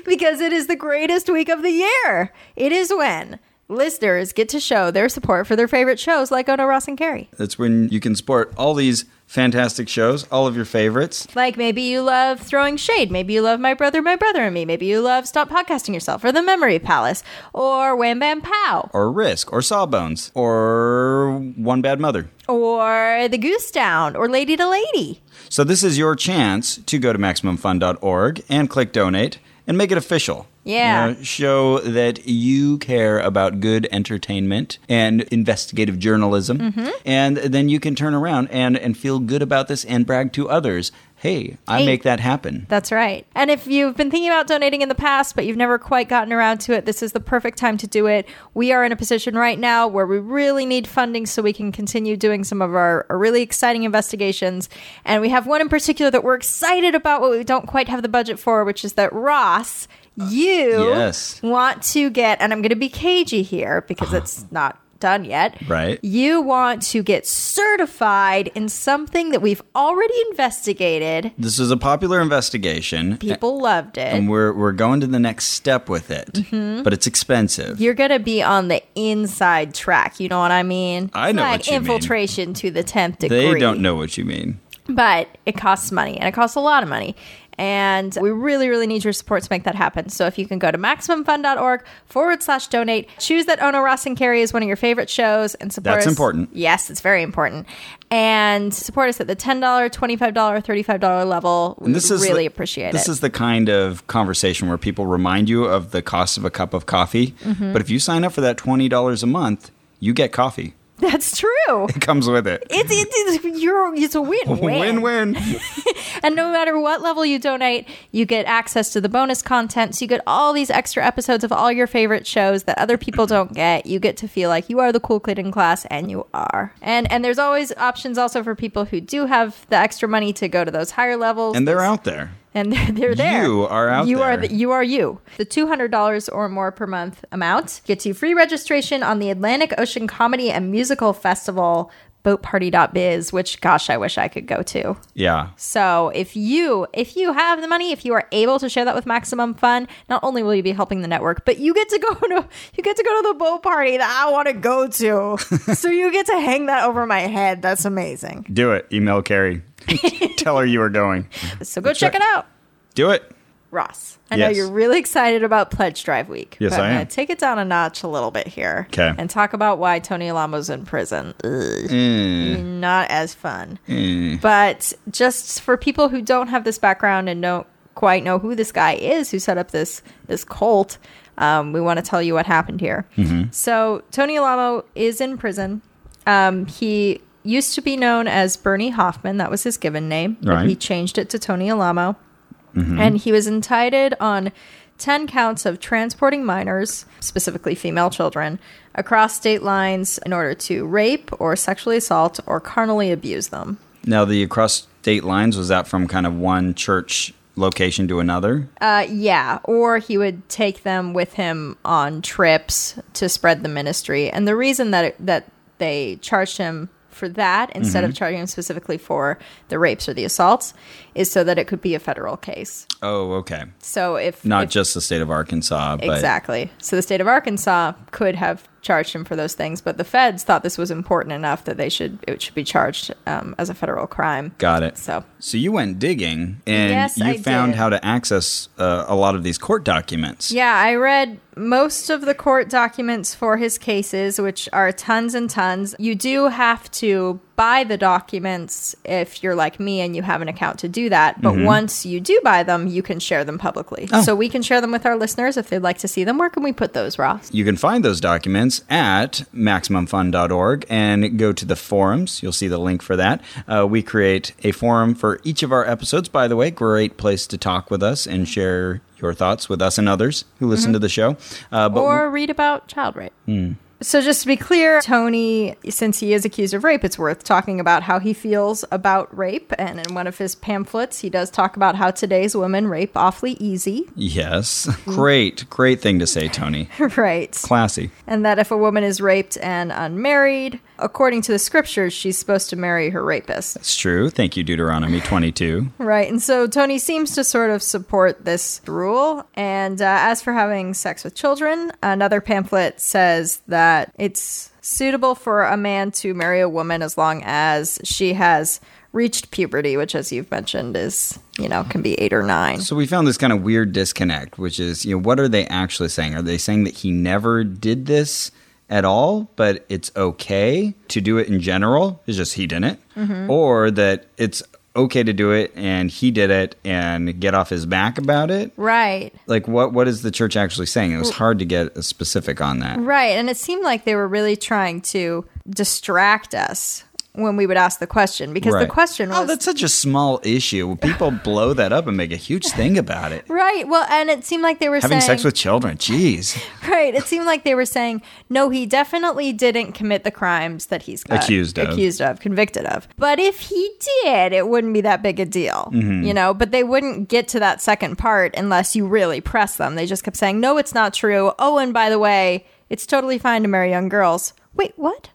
because it is the greatest week of the year. It is when listeners get to show their support for their favorite shows like Ono Ross and Carrie. That's when you can support all these fantastic shows, all of your favorites. Like maybe you love throwing shade, maybe you love My Brother, My Brother and Me, maybe you love Stop Podcasting Yourself or The Memory Palace or Wham Bam Pow Or Risk, or Sawbones, or One Bad Mother. or The Goose Down or Lady to Lady. So, this is your chance to go to MaximumFun.org and click donate and make it official. Yeah. You know, show that you care about good entertainment and investigative journalism. Mm-hmm. And then you can turn around and, and feel good about this and brag to others hey, I Hey. make that happen. That's right. And if you've been thinking about donating in the past, but you've never quite gotten around to it, this is the perfect time to do it. We are in a position right now where we really need funding so we can continue doing some of our, our really exciting investigations. And we have one in particular that we're excited about, but we don't quite have the budget for, which is that Ross, you Uh, Yes. Uh-huh. want to get, and I'm going to be cagey here because it's not done yet. Right. You want to get certified in something that we've already investigated. This is a popular investigation. People loved it. And we're, we're going to the next step with it, but it's expensive. Mm-hmm. you're gonna be on the inside track. You know what I mean? I It's know not what you mean. infiltration to the tenth degree. they don't know what you mean. but it costs money, and it costs a lot of money. And we really, really need your support to make that happen. So if you can go to maximumfund.org forward slash donate, choose that Ono Ross and Carrie is one of your favorite shows and support That's us. important. Yes, it's very important. And support us at the $10, $25, $35 level. We And this is really the- appreciate this it. is the kind of conversation where people remind you of the cost of a cup of coffee. Mm-hmm. But if you sign up for that twenty dollars a month, you get coffee. (laughs) (laughs) That's true. It comes with it. It's, it's, it's, you're, it's a win-win. (laughs) Win-win. And no matter what level you donate, you get access to the bonus content. So you get all these extra episodes of all your favorite shows that other people (clears throat) don't get. You get to feel like you are the cool kid in class, and you are. And and there's always options also for people who do have the extra money to go to those higher levels. and they're out there. And (laughs) they're, they're there. You are out you Are there. the, you are you. The $200 or more per month amount gets you free registration on the Atlantic Ocean Comedy and Musical Festival boatparty.biz, which gosh, I wish I could go to. Yeah. So if you if you have the money, if you are able to share that with Maximum Fun, not only will you be helping the network, but you get to go to you get to go to the boat party that I want to go (laughs) to. so you get to hang that over my head. That's amazing. Do it. Email Carrie. (laughs) Tell her you are going. So go check it out, Do it. Ross. I know Yes. you're really excited about Pledge Drive Week. Yes, but I I'm am. gonna Take it down a notch a little bit here, 'Kay. and talk about why Tony Alamo's in prison. Eh, Ugh not as fun. But just for people who don't have this background and don't quite know who this guy is who set up this this cult, um, we want to tell you what happened here. So Tony Alamo is in prison. Um, he used to be known as Bernie Hoffman. That was his given name. but Right. He changed it to Tony Alamo. And he was indicted on 10 counts of transporting minors, specifically female children, across state lines in order to rape or sexually assault or carnally abuse them. Now, the across state lines, was that from kind of one church location to another? Uh, yeah, or he would take them with him on trips to spread the ministry. And the reason that it, that they charged him for that instead Mm-hmm. of charging him specifically for the rapes or the assaults is so that it could be a federal case. oh, okay. So if Not if- just the state of Arkansas, but Exactly. So the state of Arkansas could have charged him for those things, but the feds thought this was important enough that they should it should be charged um, as a federal crime. got it. So So you went digging and Yes, you I found did. how to access uh, a lot of these court documents. yeah, I read most of the court documents for his cases, which are tons and tons. You do have to buy the documents if you're like me and you have an account to do that. But once you do buy them, you can share them publicly. So we can share them with our listeners if they'd like to see them. Where can we put those, Ross? You can find those documents at MaximumFun.org and go to the forums. You'll see the link for that. Uh, we create a forum for each of our episodes, by the way. Great place to talk with us and share your thoughts with us and others who listen Mm-hmm. to the show. Uh, but or read about child rape. So, just to be clear, Tony, since he is accused of rape, it's worth talking about how he feels about rape. And in one of his pamphlets, he does talk about how today's women rape awfully easy. yes, (laughs) great, great thing to (laughs) say, Tony. right. Classy. And that if a woman is raped and unmarried, according to the scriptures, she's supposed to marry her rapist. It's true. Thank you, Deuteronomy 22. Right. And so Tony seems to sort of support this rule. And uh, as for having sex with children, another pamphlet says that it's suitable for a man to marry a woman as long as she has reached puberty, which, as you've mentioned, is, you know, can be eight or nine. So we found this kind of weird disconnect, which is, you know, what are they actually saying? Are they saying that he never did this at all, but it's okay to do it in general? It's just he didn't, Mm-hmm. or that it's okay to do it and he did it and get off his back about it? Right. Like, what what is the church actually saying? It was hard to get a specific on that. Mm. Right. And it seemed like they were really trying to distract us when we would ask the question because the Right. question was Oh, that's such a small issue. People blow that up and make a huge thing (laughs) about it. right well and it seemed like they were Having saying sex with children, jeez. (laughs) Right. It seemed like they were saying, no, he definitely didn't commit the crimes that he's got Accused of. accused of, convicted of. But if he did, it wouldn't be that big a deal, Mm-hmm. you know. But they wouldn't get to that second part unless you really press them. They just kept saying, no, it's not true. Oh, and by the way, it's totally fine to marry young girls. Wait, (laughs) what?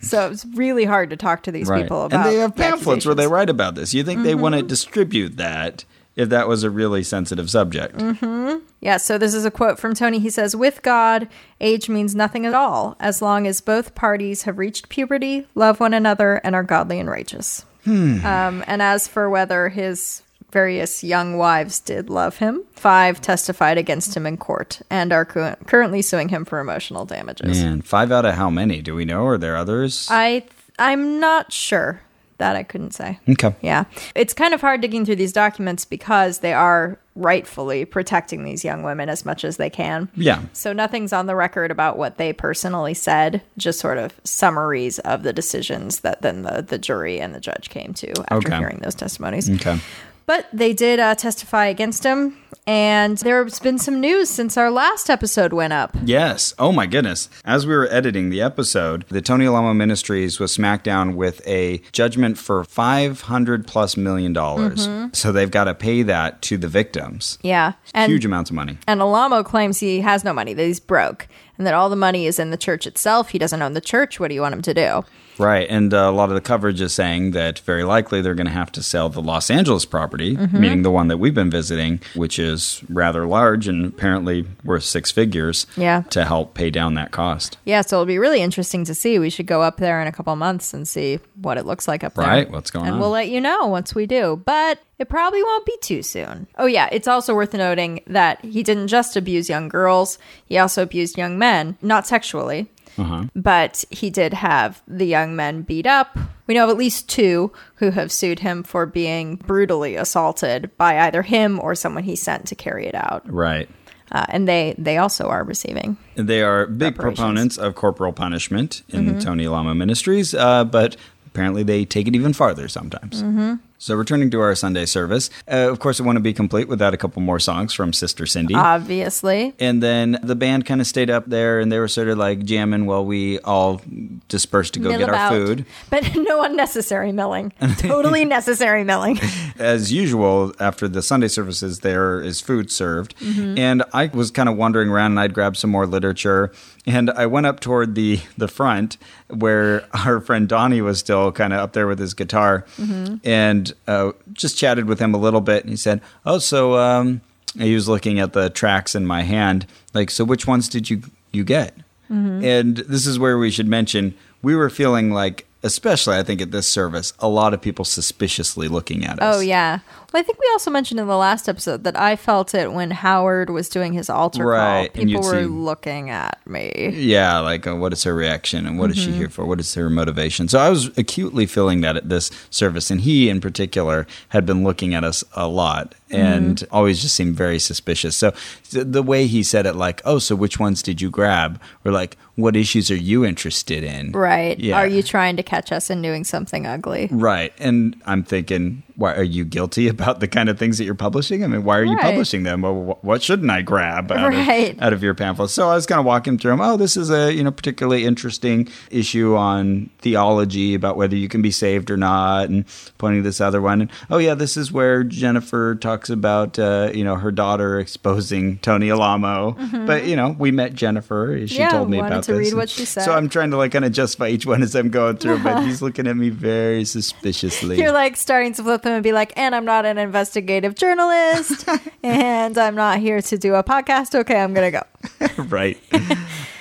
so it's really hard to talk to these people about. And they have pamphlets where accusations. Mm-hmm. they write about this. You think they want to distribute that if that was a really sensitive subject. Mm-hmm. Yeah, so this is a quote from Tony. He says, With God, age means nothing at all, as long as both parties have reached puberty, love one another, and are godly and righteous. Um, and as for whether his various young wives did love him, five testified against him in court and are cu- currently suing him for emotional damages. And five out of how many? Do we know? Are there others? I th- I'm not sure. That I couldn't say. okay. Yeah. It's kind of hard digging through these documents because they are rightfully protecting these young women as much as they can. Yeah. So nothing's on the record about what they personally said, just sort of summaries of the decisions that then the, the jury and the judge came to after Okay. hearing those testimonies. Okay. But they did uh, testify against him, and there's been some news since our last episode went up. Yes. Oh my goodness. As we were editing the episode, the Tony Alamo Ministries was smacked down with a judgment for 500 plus million dollars. So they've got to pay that to the victims. Yeah. Mm-hmm. And Huge amounts of money. And Alamo claims he has no money, that he's broke. and that all the money is in the church itself. He doesn't own the church. What do you want him to do? Right, and uh, a lot of the coverage is saying that very likely they're going to have to sell the Los Angeles property, Mm-hmm. meaning the one that we've been visiting, which is rather large and apparently worth six figures. Yeah. to help pay down that cost. Yeah, so it'll be really interesting to see. We should go up there in a couple months and see what it looks like up there. Right, what's going and on. we'll let you know once we do, but it probably won't be too soon. Oh, yeah, it's also worth noting that he didn't just abuse young girls, he also abused young men, not sexually, Uh-huh. but he did have the young men beat up. We know of at least two who have sued him for being brutally assaulted by either him or someone he sent to carry it out. Right. Uh, and they, they also are receiving. They are big Reparations. Mm-hmm. proponents of corporal punishment in Tony Lama Ministries, uh, but apparently they take it even farther sometimes. Mm-hmm. So, returning to our Sunday service, uh, of course, it wouldn't be complete without a couple more songs from Sister Cindy. Obviously. and then the band kind of stayed up there and they were sort of like jamming while we all dispersed to go mill get about. our food. But (laughs) no unnecessary (laughs) milling. totally necessary milling. as usual, after the Sunday services, there is food served. Mm-hmm. And I was kind of wandering around and I'd grab some more literature. And I went up toward the, the front where our friend Donnie was still kind of up there with his guitar Mm-hmm. and uh, just chatted with him a little bit. And he said, Oh, so um, he was looking at the tracks in my hand, like, so which ones did you, you get? Mm-hmm. And this is where we should mention we were feeling like, especially I think at this service, a lot of people suspiciously looking at us. Oh, yeah. Well, I think we also mentioned in the last episode that I felt it when Howard was doing his altar Right, call. People and you'd were see- looking at me. Yeah, like uh, what is her reaction and what is Mm-hmm. she here for? What is her motivation? So I was acutely feeling that at this service, and he in particular had been looking at us a lot and Mm-hmm. always just seemed very suspicious. So th- the way he said it, like, "Oh, so which ones did you grab?" or like, "What issues are you interested in?" Right. Yeah. Are you trying to catch us in doing something ugly? Right. And I'm thinking, why are you guilty (laughs) about the kind of things that you're publishing? I mean, why are you Right. publishing them? Well, wh- what shouldn't I grab out, Right. of, out of your pamphlet? So I was kind of walking through them. Oh, this is a, you know, particularly interesting issue on theology about whether you can be saved or not and pointing to this other one. And, oh, yeah, this is where Jennifer talks about, uh, you know, her daughter exposing Tony Alamo. But, you know, we met Jennifer. She Mm-hmm. Yeah, told me wanted about to this. read what And she said. So I'm trying to like kind of justify each one as I'm going through, (laughs) but he's looking at me very suspiciously. You're like starting to flip them and be like, and I'm not an investigative (laughs) journalist, and I'm not here to do a podcast. Okay, I'm going to go. (laughs) (laughs) right.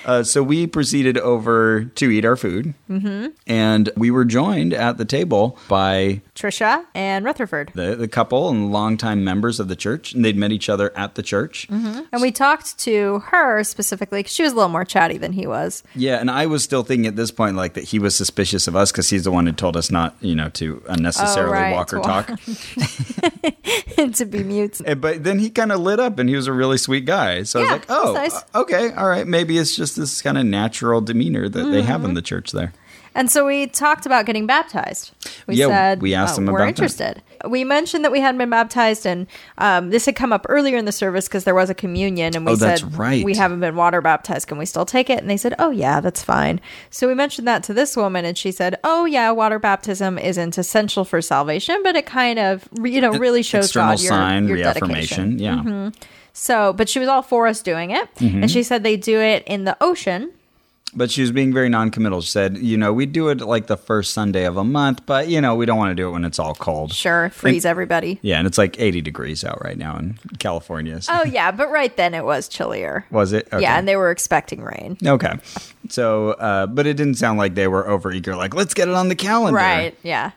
Uh, so we proceeded over to eat our food, mm-hmm. and we were joined at the table by Trisha and Rutherford. the, the couple and longtime members of the church, and they'd met each other at the church. And we talked to her specifically 'cause she was a little more chatty than he was. (laughs) Yeah, and I was still thinking at this point like that he was suspicious of us because he's the one who told us not, you know, to unnecessarily Oh, right, walk to or walk. (laughs) talk. to be mute. And- but then he kind of lit up and he was a really sweet guy. So I was Yeah, like, oh, that's nice. uh, okay, all right. Maybe it's just this kind of natural demeanor that they have Mm-hmm. in the church there. And so we talked about getting baptized. We Yeah, said uh, we asked them we're about that. interested. We mentioned that we hadn't been baptized, and um, this had come up earlier in the service because there was a communion, and we Oh, said that's right. we haven't been water baptized. Can we still take it? And they said, "Oh yeah, that's fine." So we mentioned that to this woman, and she said, "Oh yeah, water baptism isn't essential for salvation, but it kind of you know really shows E-, External God your, sign, your dedication." Mm-hmm. reaffirmation. Yeah. So, but she was all for us doing it, Mm-hmm. and she said they do it in the ocean. But she was being very noncommittal. She said, you know, we do it like the first Sunday of a month, but, you know, we don't want to do it when it's all cold. Sure, freeze everybody. Yeah, and it's like 80 degrees out right now in California. So. Oh yeah, but right then it was chillier. Was it? Okay. Yeah, and they were expecting rain. Okay. So, uh, but it didn't sound like they were over eager, like, let's get it on the calendar. Right. Yeah.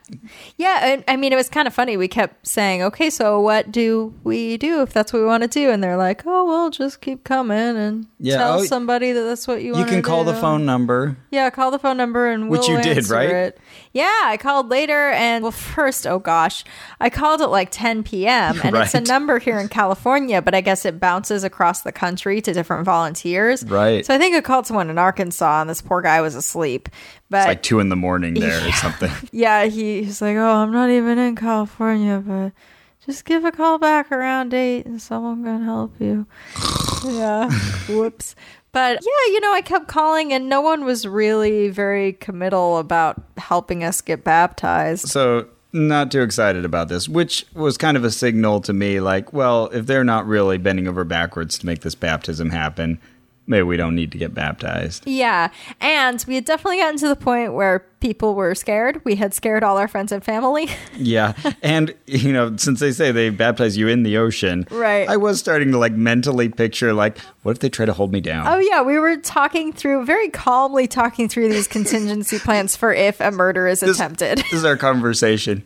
Yeah. And, I mean, it was kind of funny. We kept saying, okay, so what do we do if that's what we want to do? And they're like, oh, well, just keep coming and Yeah, tell oh, somebody that that's what you You want can call the phone number. Yeah. Call the phone number and we'll Which you did, answer right? it. Yeah. I called later and, well, first, oh gosh, I called at like 10 (laughs) p.m. And it's a Right. number here in California, but I guess it bounces across the country to different volunteers. Right. So I think I called someone in Arkansas and this poor guy was asleep. But It's like two in the morning there or something. yeah, he, he's like, oh, I'm not even in California, but just give a call back around eight and someone can help you. yeah, whoops. But yeah, you know, I kept calling and no one was really very committal about helping us get baptized. So, not too excited about this, which was kind of a signal to me like, well, if they're not really bending over backwards to make this baptism happen, maybe we don't need to get baptized. Yeah. And we had definitely gotten to the point where people were scared. We had scared all our friends and family. (laughs) Yeah. and, you know, since they say they baptize you in the ocean, Right. I was starting to like mentally picture, like, what if they try to hold me down? Oh yeah, we were talking through very calmly talking through these contingency plans for if a murder is (laughs) attempted. this is our conversation.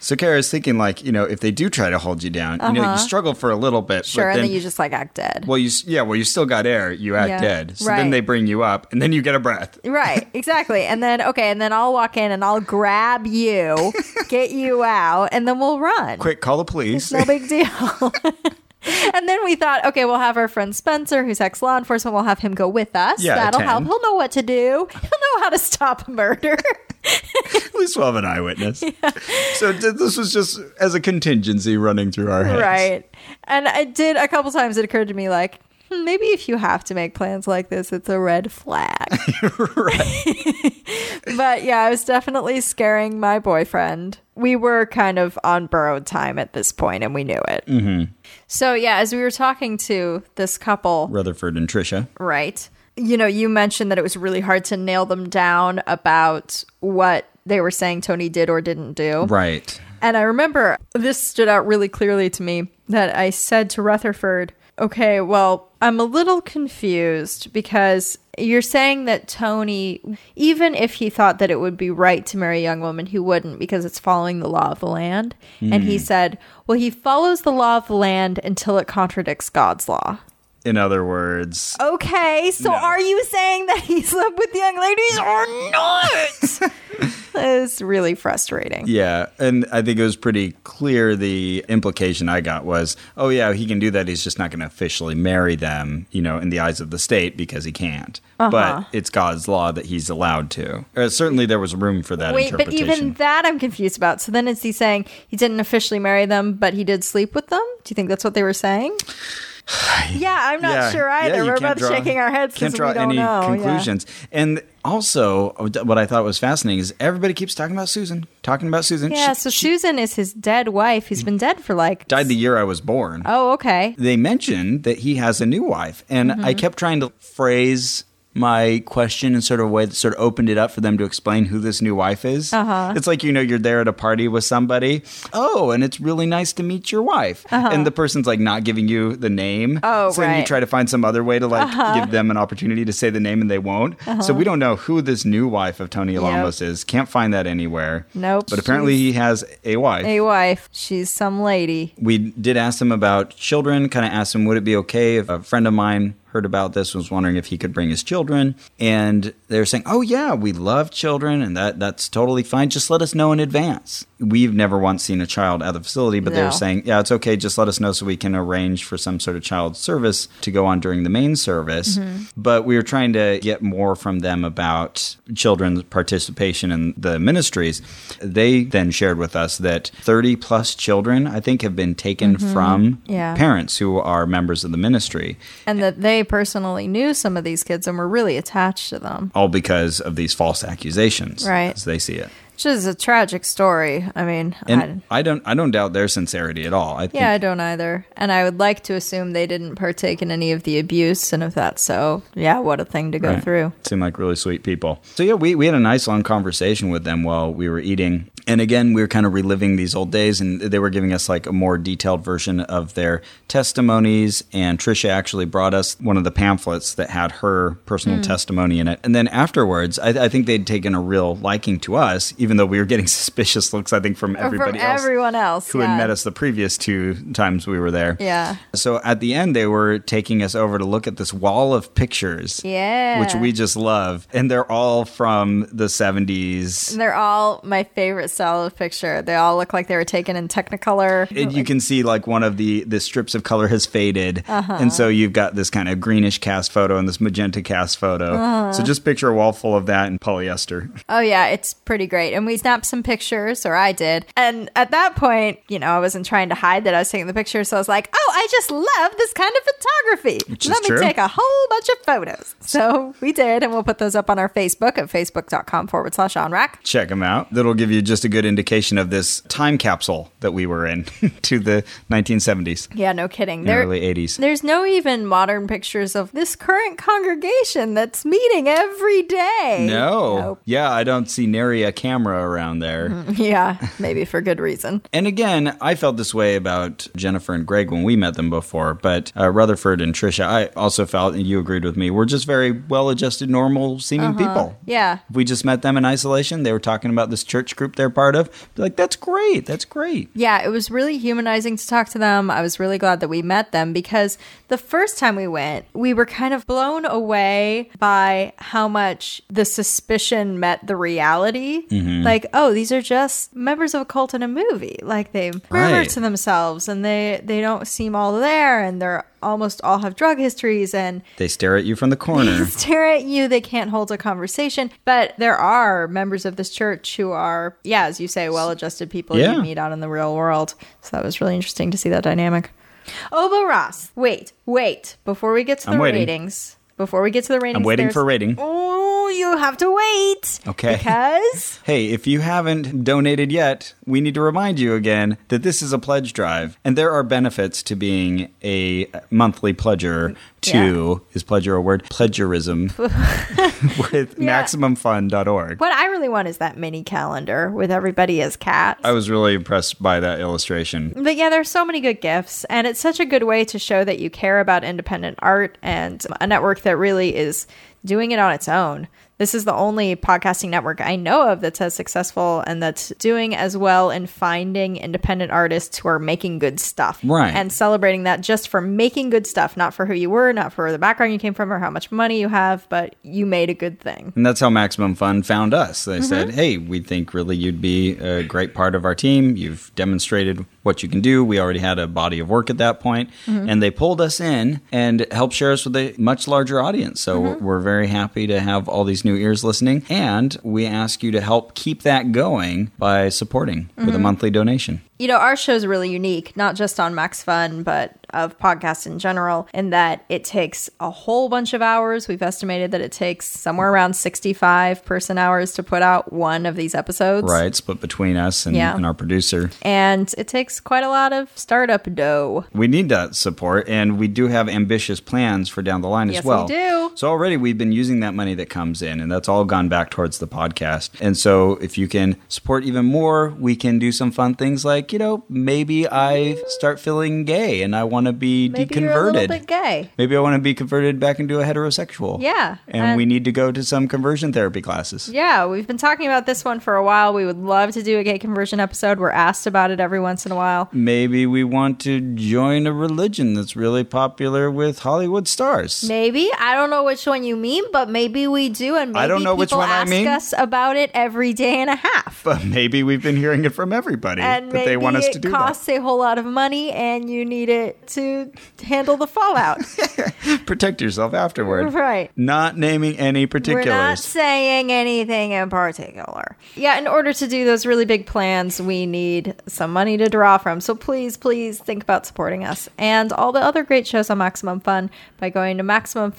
So Kara's thinking like, you know, if they do try to hold you down, you know, you struggle for a little bit. Uh-huh. Sure, but and then you just like act dead. well, you s- yeah, well, you still got air. You act Yeah, dead. So right. then they bring you up, and then you get a breath. (laughs) Right, exactly. And then okay, and then I'll walk in and I'll grab (laughs) you, get you out, and then we'll run. Quick, call the police. No big deal. (laughs) and then we thought, okay, we'll have our friend Spencer, who's ex law enforcement, we'll have him go with us. Yeah, That'll help. attend. He'll know what to do. He'll know how to stop a murder. (laughs) (laughs) At least we'll have an eyewitness. So th- this was just as a contingency running through our heads. right. And I did a couple times it occurred to me like hmm, maybe if you have to make plans like this, it's a red (laughs) flag. right. (laughs) but yeah, I was definitely scaring my boyfriend. We were kind of on borrowed time at this point and we knew it. Mm-hmm. So yeah, as we were talking to this couple, Rutherford and Trisha. Right. You know, you mentioned that it was really hard to nail them down about what they were saying Tony did or didn't do. Right. And I remember this stood out really clearly to me that I said to Rutherford, okay, well, I'm a little confused because you're saying that Tony, even if he thought that it would be right to marry a young woman, he wouldn't because it's following the law of the land. And he said, well, he follows the law of the land until it contradicts God's law. In other words, Okay, so No. are you saying that he (laughs) slept with young ladies (laughs) or not? it's really frustrating. (laughs) yeah, and I think it was pretty clear. The implication I got was, oh yeah, he can do that. He's just not going to officially marry them, you know, in the eyes of the state because he can't. Uh-huh. But it's God's law that he's allowed to. Uh, certainly, there was room for that Wait, but interpretation. even that I'm confused about. So then is he saying he didn't officially marry them, but he did sleep with them? Do you think that's what they were (sighs) saying? yeah, I'm not Yeah, sure yeah, either. you We're both can't draw- shaking our heads Can't because draw we don't any know. yeah. conclusions. And also, what I thought was fascinating is everybody keeps talking about Susan, talking about Susan. Yeah, She- so she Susan is his dead wife. He's been dead for like died the year I was born. Oh, okay. They mentioned that he has a new wife, and I Mm-hmm. kept trying to phrase my question in sort of a way that sort of opened it up for them to explain who this new wife is. Uh-huh. It's like you know you're there at a party with somebody. Oh, and it's really nice to meet your wife, and the person's like not giving you the name. Uh-huh. Oh, so then you right. Uh-huh. try to find some other way to like give them an opportunity to say the name, and they won't. So we don't know who this new wife of Tony Alamos is. Can't find that anywhere. Nope. But apparently he has a wife A wife. She's some lady. we did ask them about children, kind of asked them, would it be okay if a friend of mine heard about this, was wondering if he could bring his children? And they were saying, oh, yeah, we love children and that, that's totally fine. Just let us know in advance. We've never once seen a child at the facility, but they No. were saying, yeah, it's okay. Just let us know so we can arrange for some sort of child service to go on during the main service. Mm-hmm. But we were trying to get more from them about children's participation in the ministries. They then shared with us that 30 plus children, I think, have been taken from Mm-hmm. Yeah. parents who are members of the ministry, And that they personally knew some of these kids and were really attached to them. all because of these false accusations, Right. as they see it. Which is a tragic story. I mean, I, And I, don't, I don't doubt their sincerity at all. I think yeah, I don't either. And I would like to assume they didn't partake in any of the abuse. And if that's so, yeah, what a thing to go Right. through. Seem like really sweet people. So yeah, we, we had a nice long conversation with them while we were eating. And again, we were kind of reliving these old days and they were giving us like a more detailed version of their testimonies. And Trisha actually brought us one of the pamphlets that had her personal Hmm. testimony in it. And then afterwards, I, I think they'd taken a real liking to us, even though we were getting (laughs) suspicious looks, I think, from From everybody else everyone else. who yeah. had met us the previous two times we were there. Yeah. So at the end, they were taking us over to look at this wall of pictures. Yeah. Which we just love. And they're all from the 70s. And they're all my favorite style of picture. They all look like they were taken in Technicolor. And you can see like one of the the strips of color has faded, Uh-huh. and so you've got this kind of greenish cast photo and this magenta cast photo. Uh-huh. So just picture a wall full of that in polyester. (laughs) Oh yeah, it's pretty great. And we snapped some pictures, or I did. And at that point, you know, I wasn't trying to hide that I was taking the pictures. So I was like, "Oh, I just love this kind of photography. is Let me true. take a whole bunch of photos." So we did, and we'll put those up on our Facebook at facebook.com forward slash onrack. Check them out. That'll give you just just a good indication of this time capsule that we were in (laughs) to the 1970s Yeah, no kidding. and There, early 80s. there's no even modern pictures of this current congregation that's meeting every day. No. Nope. Yeah, I don't see nary a camera around there. Yeah, maybe for good reason. And again, I felt this way about Jennifer and Greg when we met them before, but uh, Rutherford and Trisha, I also felt, and you agreed with me, we're just very well adjusted, normal seeming people. Uh-huh. Yeah. If we just met them in isolation, they were talking about this church group they're part of. Be like, that's great. That's great. Yeah, it was really humanizing to talk to them. I was really glad that we met them because the first time we went, we were kind of blown away by how much the suspicion met the reality. Like, oh, these are just members of a cult in a movie. Like they murmur Right. to themselves and they they don't seem all there and they're almost all have drug histories and They stare at you from the (laughs) corner. stare at you. They can't hold a conversation. But there are members of this church who are, yeah, as you say, well adjusted people Yeah. you meet out in the real world. So that was really interesting to see that dynamic. Oba Ross. Wait, wait. Before we get to the I'm waiting. ratings, before we get to the ratings, I'm waiting there's- for a rating. Oh, you have to wait. Okay. Because Hey, if you haven't donated yet, we need to remind you again that this is a pledge drive, and there are benefits to being a monthly pledger to is pledger a word? Pledgerism with maximumfund.org. what I really want is that mini calendar with everybody as cats. I was really impressed by that illustration. But yeah, there's so many good gifts, and it's such a good way to show that you care about independent art and a network that really is doing it on its own. This is the only podcasting network I know of that's as successful and that's doing as well in finding independent artists who are making good stuff. Right. And celebrating that just for making good stuff, not for who you were, not for the background you came from or how much money you have, but you made a good thing. And that's how Maximum Fun found us. They said, hey, we think really you'd be a great part of our team. You've demonstrated what you can do. We already had a body of work at that point. And they pulled us in and helped share us with a much larger audience. So we're- we're very happy to have all these new ears listening. And we ask you to help keep that going by supporting with a monthly donation. you know, our show's really unique, not just on Max Fun, but of podcasts in general, in that it takes a whole bunch of hours. We've estimated that it takes somewhere around 65 person hours to put out one of these episodes. Right? Split between us and, Yeah. and our producer. And it takes quite a lot of startup dough. we need that support and we do have ambitious plans for down the line Yes, as we well do. so already we've been using that money that comes in and that's all gone back towards the podcast and so if you can support even more we can do some fun things like you know maybe i start feeling gay and i want to be Maybe you're a little deconverted bit gay. maybe i want to be converted back into a heterosexual Yeah, and, and- we need to go to some conversion therapy classes Yeah, we've been talking about this one for a while. We would love to do a gay conversion episode. We're asked about it every once in a while. Maybe we want to join a religion that's really popular with Hollywood stars. Maybe I don't know which one you mean, but maybe we do, and maybe I don't know people which one I ask mean. us about it every day and a half. but maybe we've been hearing it from everybody and that maybe they want us it to do costs a whole lot of money and you need it to handle the (laughs) fallout (laughs) that. Protect yourself afterward. right Not naming any we're not particulars. saying anything in particular. Yeah, in order to do those really big plans, we need some money to draw from. So please, please think about supporting us and all the other great shows on Maximum Fun by going to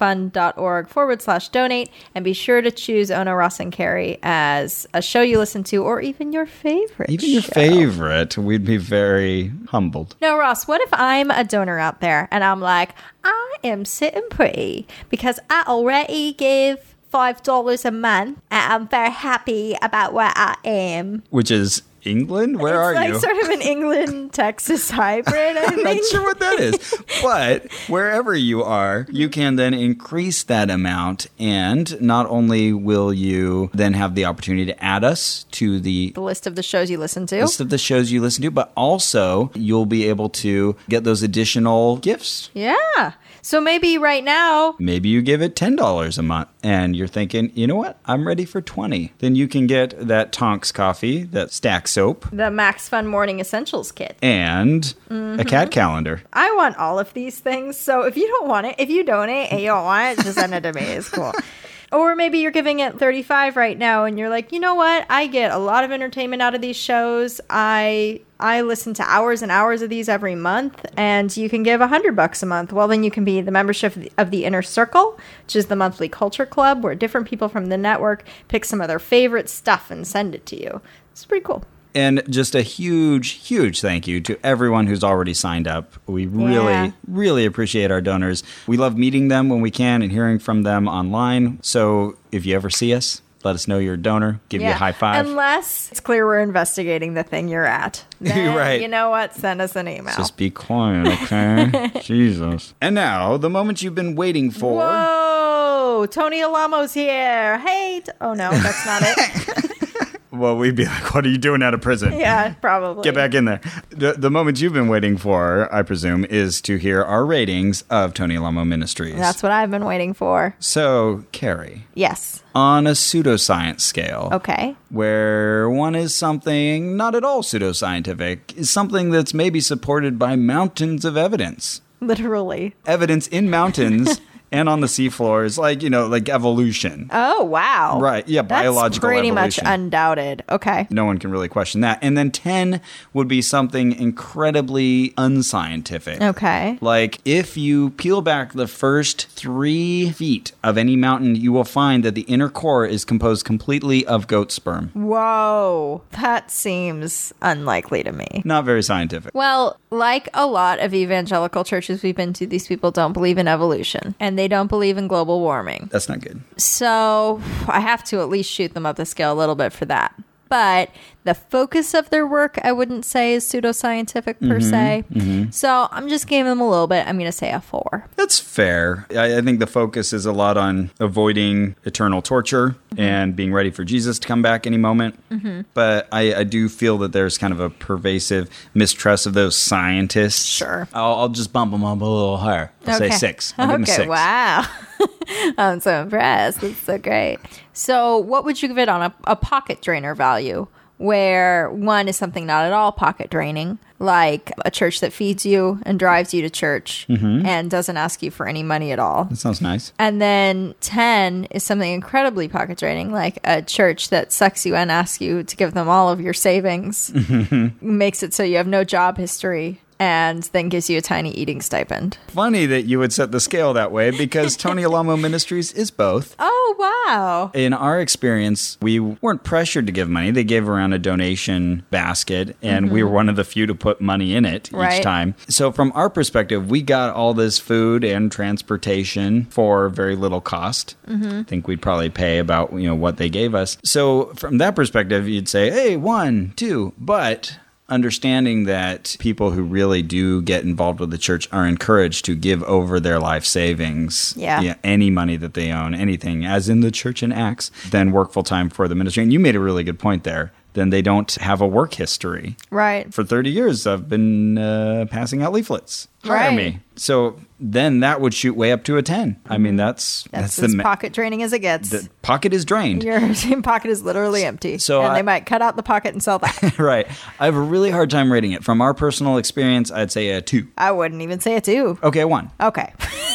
MaximumFun.org forward slash donate and be sure to choose Ona Ross and Carrie as a show you listen to or even your favorite. Even your show. favorite, we'd be very humbled. No, Ross, what if I'm a donor out there and I'm like, I am sitting pretty because I already give $5 a month and I'm very happy about where I am. Which is England? Where are it's like you? sort of an (laughs) England Texas hybrid, I I'm (laughs) not think. sure what (laughs) that is. but wherever you are, you can then increase that amount. And not only will you then have the opportunity to add us to the The list of the shows you listen to. list of the shows you listen to, but also you'll be able to get those additional gifts Yeah. So maybe right now, Maybe you give it $10 a month and you're thinking, you know what? I'm ready for 20. Then you can get that Tonks coffee, that stack soap, the Max Fun Morning Essentials kit. and a cat calendar. I want all of these things. So if you don't want it, if you donate and you don't want it, just send it to me. It's cool. Or maybe you're giving it 35 right now and you're like, "You know what? I get a lot of entertainment out of these shows. I I listen to hours and hours of these every month and you can give 100 bucks a month. Well, then you can be the membership of the- of the Inner Circle, which is the monthly culture club where different people from the network pick some of their favorite stuff and send it to you. It's pretty cool. And just a huge, huge thank you to everyone who's already signed up. We Yeah. really, really appreciate our donors. We love meeting them when we can and hearing from them online. So if you ever see us, let us know you're a donor, give you a high five. Unless it's clear we're investigating the thing you're (laughs) at. Then, Right. You know what? Send us an email. Just be quiet, okay? Jesus. And now, the moment you've been waiting for. Whoa, Tony Alamo's here. Hey. T- oh, no, that's not (laughs) it. Well, we'd be (laughs) like, what are you doing out of prison? yeah, probably. Get back in there. The, the moment you've been waiting for, I presume, is to hear our ratings of Tony Lamo Ministries. That's what I've been waiting for. so, Carrie, Yes. on a pseudoscience scale, Okay. where one is something not at all pseudoscientific, is something that's maybe supported by mountains of evidence. Literally. Evidence (laughs) in mountains and on the seafloors, like, you know, like evolution. Oh, wow. Right, yeah, That's biological pretty much evolution. undoubted. Okay. no one can really question that. And then 10 would be something incredibly unscientific. Okay. Like, if you peel back the first three feet of any mountain, you will find that the inner core is composed completely of goat sperm. Whoa. That seems unlikely to me. Not very scientific. Well, like a lot of evangelical churches we've been to, these people don't believe in evolution and they don't believe in global warming. That's not good. So I have to at least shoot them up the scale a little bit for that. But the focus of their work, I wouldn't say, is pseudoscientific per se. So I'm just giving them a little bit. I'm going to say a four. That's fair. I, I think the focus is a lot on avoiding eternal torture and being ready for Jesus to come back any moment. Mm-hmm. But I, I do feel that there's kind of a pervasive mistrust of those scientists. Sure. I'll, I'll just bump them up a little higher. I'll (laughs) say six. I'll give 'em a okay. six. Wow. (laughs) I'm so impressed. That's so great. So, what would you give it on a, a pocket drainer value? Where one is something not at all pocket draining, like a church that feeds you and drives you to church Mm-hmm. and doesn't ask you for any money at all. That sounds nice. And then 10 is something incredibly pocket draining, like a church that sucks you and asks you to give them all of your savings, Mm-hmm. makes it so you have no job history, and then gives you a tiny eating stipend. Funny that you would set the scale that way because Tony Alamo Ministries is both. Oh, wow. In our experience, we weren't pressured to give money. They gave around a donation basket, and we were one of the few to put money in it Right. each time. So, from our perspective, we got all this food and transportation for very little cost. I think we'd probably pay about you know what they gave us. So, from that perspective, you'd say, "Hey, one, two, but." Understanding that people who really do get involved with the church are encouraged to give over their life savings Yeah. any money that they own, anything, as in the church in Acts, then work full time for the ministry. And you made a really good point there. Then they don't have a work history. Right. For 30 years, I've been uh, passing out leaflets. Hire Right. me. So then that would shoot way up to a 10. I mean, that's That's, that's, as the, ma- pocket draining as it gets. the pocket is (laughs) drained. your pocket is literally empty. So and I- they might cut out the pocket and sell that. (laughs) (laughs) right. I have a really hard time rating it. From our personal experience, I'd say a two. I wouldn't even say it too. Okay, a one. (laughs) Okay. (laughs)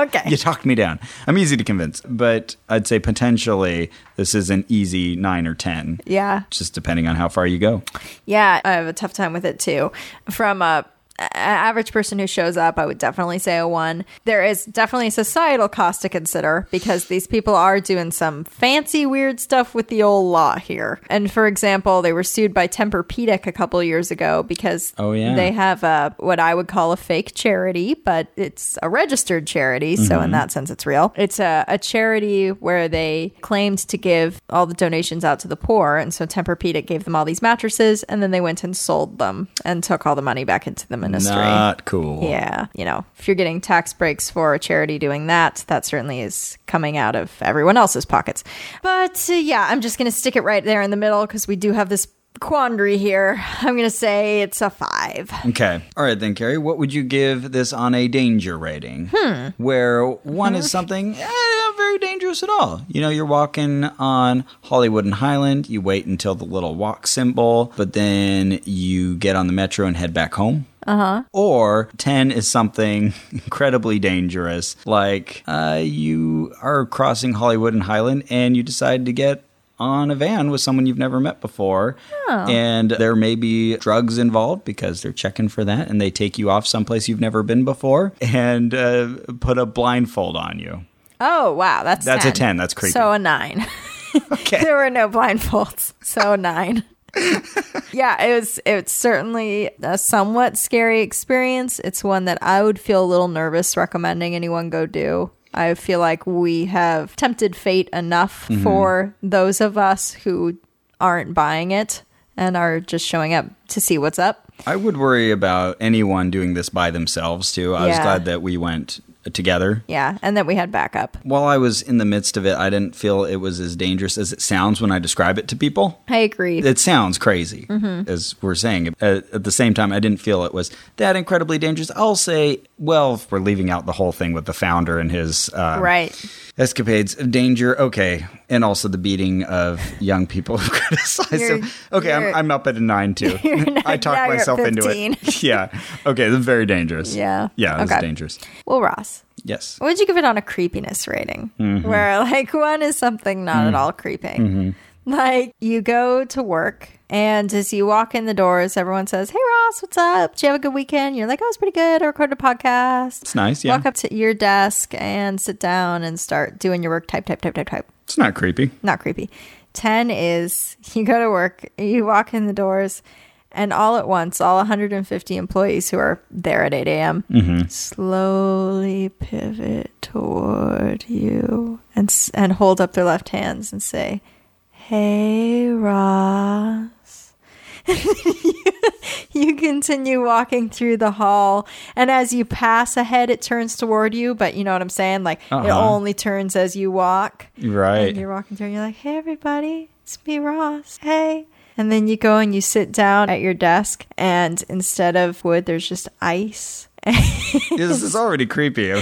okay. You talked me down. I'm easy to convince, but I'd say potentially this is an easy nine or 10. Yeah. just depending on how far you go. Yeah, I have a tough time with it too. From a a- average person who shows up, I would definitely say a one. There is definitely a societal cost to consider because these people are doing some fancy weird stuff with the old law here. And for example, they were sued by Tempur-Pedic a couple years ago because Oh, yeah. they have a what I would call a fake charity, but it's a registered charity, so in that sense, it's real. It's a, a charity where they claimed to give all the donations out to the poor, and so Tempur-Pedic gave them all these mattresses, and then they went and sold them and took all the money back into the ministry. Not cool. yeah, you know, if you're getting tax breaks for a charity doing that, that certainly is coming out of everyone else's pockets. But uh, yeah, I'm just going to stick it right there in the middle because we do have this quandary here. I'm going to say it's a five. Okay. All right then, Carrie. What would you give this on a danger rating? Hmm. Where one is something eh, not very dangerous at all. You know, you're walking on Hollywood and Highland. You wait until the little walk symbol, but then you get on the metro and head back home. Uh huh. Or ten is something (laughs) incredibly dangerous, like uh, you are crossing Hollywood and Highland, and you decide to get on a van with someone you've never met before. And there may be drugs involved because they're checking for that and they take you off someplace you've never been before and uh, put a blindfold on you. Oh wow, that's That's a 10. That's creepy. So a nine. (laughs) Okay. there were no blindfolds, so a nine. yeah, it was. It's certainly a somewhat scary experience. It's one that I would feel a little nervous recommending anyone go do. I feel like we have tempted fate enough for those of us who aren't buying it and are just showing up to see what's up. I would worry about anyone doing this by themselves too. I was Yeah. glad that we went together. Yeah, and that we had backup. While I was in the midst of it, I didn't feel it was as dangerous as it sounds when I describe it to people. I agree. It sounds crazy, Mm-hmm. as we're saying. Uh, At, at the same time, I didn't feel it was that incredibly dangerous. I'll say, well, if we're leaving out the whole thing with the founder and his uh, right. escapades of danger. Okay, and also the beating of young people who (laughs) criticize You're- him. Okay, I'm, you're- I'm up at a nine too. not- now I (laughs) talked you're at myself into 15. it. (laughs) yeah. Okay, this is very dangerous. Yeah. Yeah, it was Okay. dangerous. Well, Ross, Yes. what would you give it on a creepiness rating? Mm-hmm. Where like one is something not at all creepy. Mm-hmm. Like you go to work and as you walk in the doors, everyone says, Hey Ross, what's up? Did you have a good weekend? You're like, Oh, it's pretty good. I recorded a podcast. It's nice, yeah. Walk up to your desk and sit down and start doing your work. Type, type, type, type, type. It's not creepy. Not creepy. 10 is (laughs) you go to work, you walk in the doors, and all at once, all 150 employees who are there at 8 a.m. Mm-hmm. slowly pivot toward you and, s- and hold up their left hands and say, Hey, Ross. (laughs) you continue walking through the hall, and as you pass ahead, it turns toward you, but you know what I'm saying? Like, it Uh-huh. only turns as you walk. Right. And you're walking through and you're like, hey, everybody, it's me, Ross. Hey. And then you go and you sit down at your desk, and instead of wood, there's just ice. (laughs) This is already creepy.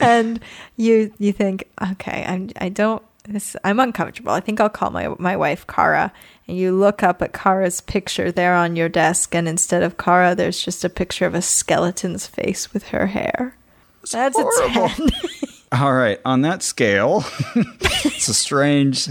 and you you think, okay, I'm I don't this I'm uncomfortable. I think I'll call my my wife Kara. And you look up at Kara's picture there on your desk, and instead of Kara, there's just a picture of a skeleton's face with her hair. That's horrible. a ten. (laughs) All right, on that scale, (laughs) it's a strange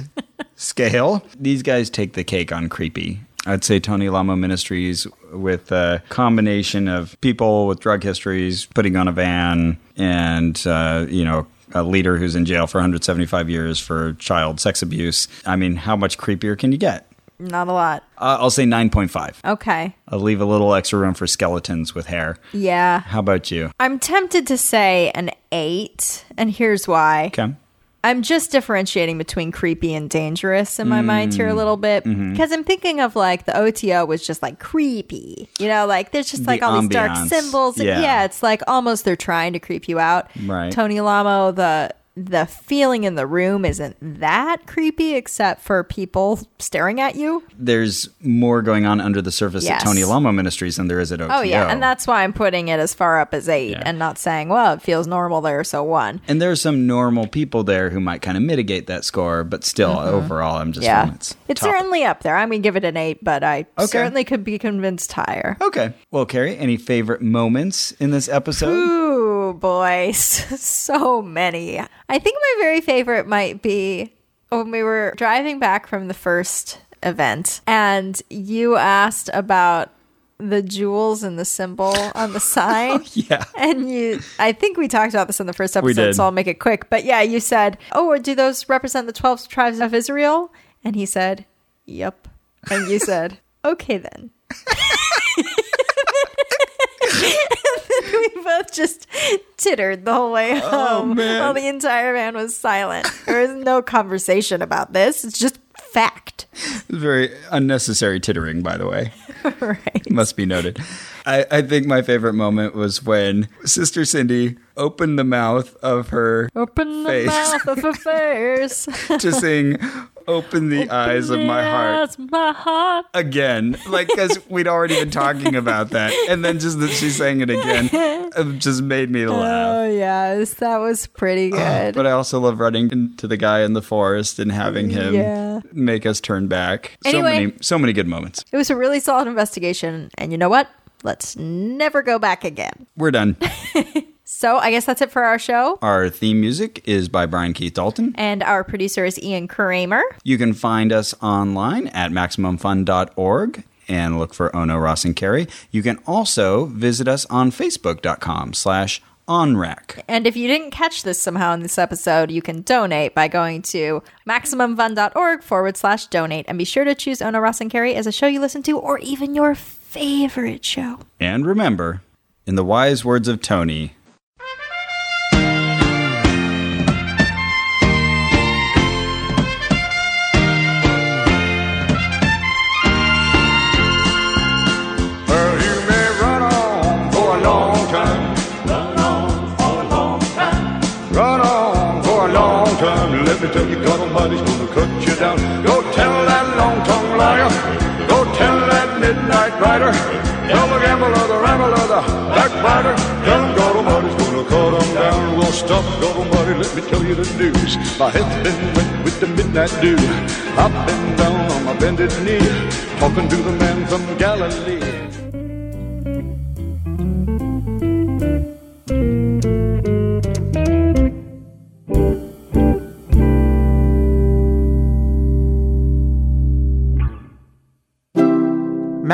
scale. These guys take the cake on creepy. I'd say Tony Lamo Ministries with a combination of people with drug histories putting on a van and, uh, you know, a leader who's in jail for 175 years for child sex abuse. I mean, how much creepier can you get? Not a lot. Uh, I'll say 9.5. Okay. I'll leave a little extra room for skeletons with hair. Yeah. How about you? I'm tempted to say an eight, and here's why. Kem? I'm just differentiating between creepy and dangerous in my mind here a Mm. little bit because Mm-hmm. I'm thinking of like the OTO was just like creepy, you know, like there's just like all these dark ambiance. symbols. And Yeah. yeah. it's like almost they're trying to creep you out. Right. Tony Lamo, the the feeling in the room isn't that creepy except for people staring at you. there's more going on under the surface Yes. at Tony Lomo Ministries than there is at OTO. Oh yeah, and that's why I'm putting it as far up as eight Yeah. and not saying, well, it feels normal there, so one. and there's some normal people there who might kind of mitigate that score, but still, overall, I'm just Mm-hmm. Yeah, feeling it's, it's top. certainly up there. I'm gonna give it an eight, but I Okay. certainly could be convinced higher. okay. Well, Carrie, any favorite moments in this episode? Ooh, boys, (laughs) so many. I think my very favorite might be when we were driving back from the first event, and you asked about the jewels and the symbol on the (laughs) sign. (laughs) yeah. And you, I think we talked about this in the first We episode, did. so I'll make it quick. But yeah, you said, "Oh, or do those represent the twelve tribes of Israel?" And he said, "Yep." And you said, (laughs) "Okay then." And then we both just tittered the whole way home. Oh, man. While the entire van was silent. There was no conversation about this. It's just fact. (laughs) Very unnecessary tittering, by the way. right. Must be noted. I, I think my favorite moment was when Sister Cindy opened the mouth of her Open the Face. mouth (laughs) of affairs. (laughs) to sing "Open the Eyes of My Heart." Yes, my heart. again, like because we'd already been talking about that, and then just that she sang it again, it just made me laugh. Oh yes, that was pretty Oh, good. But I also love running into the guy in the forest and having him Yeah. make us turn back. Anyway. So many, so many good moments. It was a really solid investigation, and you know what? Let's never go back again. We're done. So I guess that's it for our show. Our theme music is by Brian Keith Dalton. And our producer is Ian Kramer. You can find us online at maximumfun.org and look for Ono Ross and Carrie. You can also visit us on Facebook.com slash on rack. And if you didn't catch this somehow in this episode, you can donate by going to MaximumFun.org forward slash donate. And be sure to choose Ona Ross and Carrie as a show you listen to or even your favorite show. And remember, in the wise words of Tony, Well, you may run on for a long time. Run on for a long time. Let me tell you, somebody's gonna cut you down. Go tell that long tongued liar. Go tell that midnight rider. Tell the gambler, the rambler, the backbiter. Tell him somebody's gonna cut him down. Well, stop, somebody, let me tell you the news. My head's been wet with the midnight dew. I've been down on my bended knee, talking to the man from Galilee. MaximumFun.org.